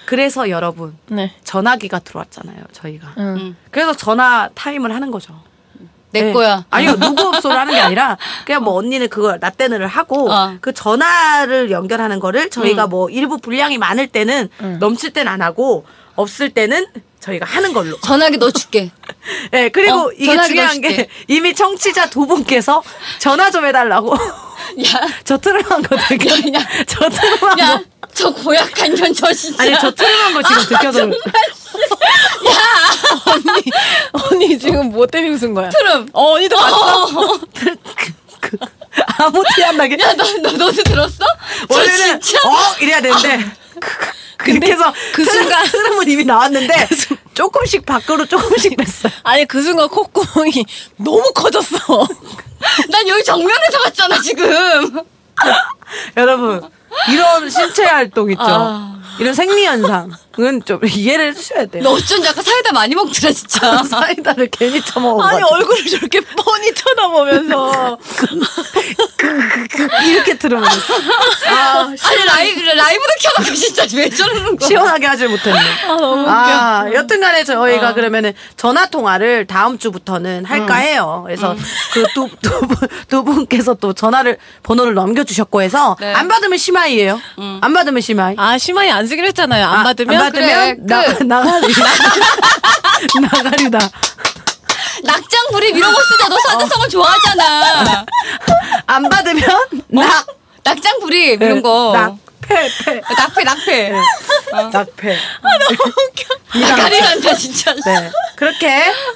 Speaker 4: 그래서 여러분
Speaker 2: 네.
Speaker 4: 전화기가 들어왔잖아요. 저희가.
Speaker 2: 응.
Speaker 4: 그래서 전화 타임을 하는 거죠.
Speaker 3: 음. 내
Speaker 4: 네.
Speaker 3: 거야
Speaker 4: 아니요, 누구 업소를 하는 게 아니라, 그냥 뭐 언니는 그걸 라떼는을 하고,
Speaker 3: 어. 음.
Speaker 4: 그 전화를 연결하는 거를 저희가 뭐 일부 분량이 많을 때는 넘칠 땐 안 하고, 없을 때는 저희가 하는 걸로.
Speaker 3: 전화기 너 줄게
Speaker 4: 예, 그리고
Speaker 3: 어,
Speaker 4: 이게
Speaker 3: 전화기
Speaker 4: 중요한 게
Speaker 3: 넣어줄게.
Speaker 4: 이미 청취자 두 분께서 전화 좀 해달라고. 저 트름한 거 되게.
Speaker 3: 야.
Speaker 4: 저 트름한 거.
Speaker 3: 야 저 고약한 년 저 진짜
Speaker 4: 아니, 저 트름한 거 지금 느껴져.
Speaker 2: 언니 지금 뭐 때문에 웃은 거야?
Speaker 3: 트름
Speaker 2: 어, 언니도 봤어?
Speaker 4: 그- 아무 티 안 나게.
Speaker 3: 야, 너, 너, 너도 들었어?
Speaker 4: 원래는
Speaker 3: 저 진짜.
Speaker 4: 어 이래야 되는데 그, 그렇게 그 해서
Speaker 2: 그
Speaker 4: 트름-
Speaker 2: 순간-
Speaker 4: 트름은 이미 나왔는데 조금씩 밖으로 조금씩 뺐어요.
Speaker 2: 아니 그 순간 콧구멍이 너무 커졌어.
Speaker 3: 난 여기 정면에서 봤잖아, 지금.
Speaker 4: 여러분 이런 신체 활동 있죠. 이런 생리 현상은 좀 이해를 해주셔야 돼요.
Speaker 3: 너 어쩐지 아까 사이다 많이 먹더라, 진짜.
Speaker 4: 사이다를 괜히 처먹어.
Speaker 2: 아니 얼굴을 저렇게 뻔히 쳐다보면서
Speaker 4: 그, 이렇게 트름을 했어. 아,
Speaker 3: 아니, 라이브, 라이브도 켜놓고 진짜 왜 저러는 거야?
Speaker 4: 시원하게 하질 못했네. 아,
Speaker 2: 너무
Speaker 4: 여튼간에 저희가 그러면은 전화 통화를 다음 주부터는 할까 해요. 그래서 그두두 분, 두 분께서 또 전화를 번호를 넘겨주셨고 해서
Speaker 3: 네.
Speaker 4: 안 받으면 심하이예요. 안 받으면 심하이.
Speaker 2: 아 심하이 안 쓰기로 했잖아요. 안
Speaker 4: 아,
Speaker 2: 받으면
Speaker 4: 안
Speaker 3: 그래,
Speaker 4: 받으면 나
Speaker 3: 끝.
Speaker 4: 나가리 나가리다. 어.
Speaker 3: 낙장불입 이런 거 쓰자. 너 사자성어 좋아하잖아.
Speaker 4: 안 받으면 낙
Speaker 3: 낙장 불입
Speaker 4: 네.
Speaker 3: 이런 거.
Speaker 4: 낙패패.
Speaker 3: 낙패 낙패.
Speaker 4: 네. 낙패.
Speaker 3: 아, 가리난다 진짜.
Speaker 4: 네. 그렇게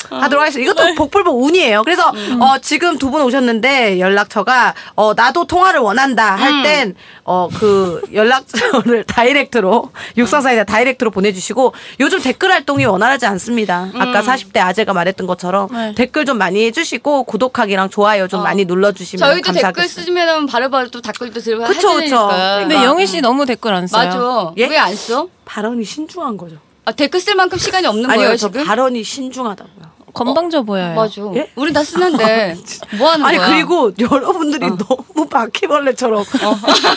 Speaker 4: 하도록 하겠습니다.
Speaker 3: 네.
Speaker 4: 이것도 복불복 운이에요. 그래서
Speaker 3: 음.
Speaker 4: 어, 지금 두 분 오셨는데 연락처가 어, 나도 통화를 원한다 할
Speaker 3: 음.
Speaker 4: 땐 어, 그 연락처를 다이렉트로 육상사이다 다이렉트로 보내주시고 요즘 댓글 활동이 원활하지 않습니다. 아까
Speaker 3: 음.
Speaker 4: 40대 아재가 말했던 것처럼
Speaker 2: 네.
Speaker 4: 댓글 좀 많이 해주시고 구독하기랑 좋아요 좀 많이 눌러주시면
Speaker 3: 어. 저희도 댓글
Speaker 4: 감사하겠습니다.
Speaker 3: 쓰면 바로바로 또 댓글도 들고
Speaker 4: 그쵸, 그쵸. 네.
Speaker 3: 하시니까.
Speaker 2: 근데 영희 씨 너무 댓글 안 써요.
Speaker 3: 맞아.
Speaker 4: 예?
Speaker 3: 왜 안 써?
Speaker 4: 발언이 신중한 거죠.
Speaker 3: 아, 댓글 쓸 만큼 시간이 없는
Speaker 4: 아니요,
Speaker 3: 거예요
Speaker 4: 저
Speaker 3: 지금?
Speaker 4: 발언이 신중하다고요.
Speaker 2: 건방져 보여요.
Speaker 3: 맞아.
Speaker 4: 예?
Speaker 3: 뭐
Speaker 4: 아,
Speaker 3: 우린 다 쓰는데 뭐 하는
Speaker 4: 아니
Speaker 3: 거야? 어.
Speaker 4: 그리고 여러분들이 너무 바퀴벌레처럼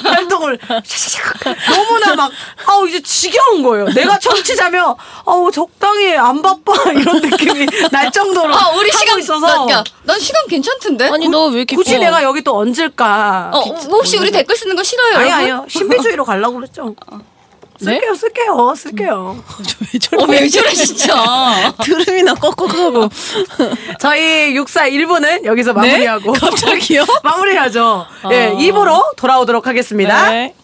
Speaker 4: 활동을 샤샤샥 너무나 막 아우 이제 지겨운 거예요. 내가 청취자면 아우 적당히 해. 안 바빠 이런 느낌이 날 정도로
Speaker 3: 아 우리
Speaker 4: 하고
Speaker 3: 시간
Speaker 4: 있어서
Speaker 3: 나- 야, 난 시간 괜찮던데.
Speaker 2: 아니 너 왜 이렇게
Speaker 4: 굳이
Speaker 2: 어.
Speaker 4: 내가 여기 또 얹을까?
Speaker 3: 어,
Speaker 4: 기-
Speaker 3: 혹시 우리 댓글 쓰는 거 싫어요,
Speaker 4: 아니
Speaker 3: 여러분? 네?
Speaker 4: 아니요 신비주의로 가려고 그랬죠. 쓸게요 쓸게요 쓸게요.
Speaker 2: 왜 저래?
Speaker 3: 어, 왜 저래 진짜.
Speaker 2: 드름이나 꺽꺽하고.
Speaker 4: 저희 육사 1부는
Speaker 3: 네?
Speaker 4: 여기서 마무리하고
Speaker 2: 갑자기요?
Speaker 3: 어.
Speaker 4: 마무리하죠. 예, 2부로 돌아오도록 하겠습니다.
Speaker 2: 네.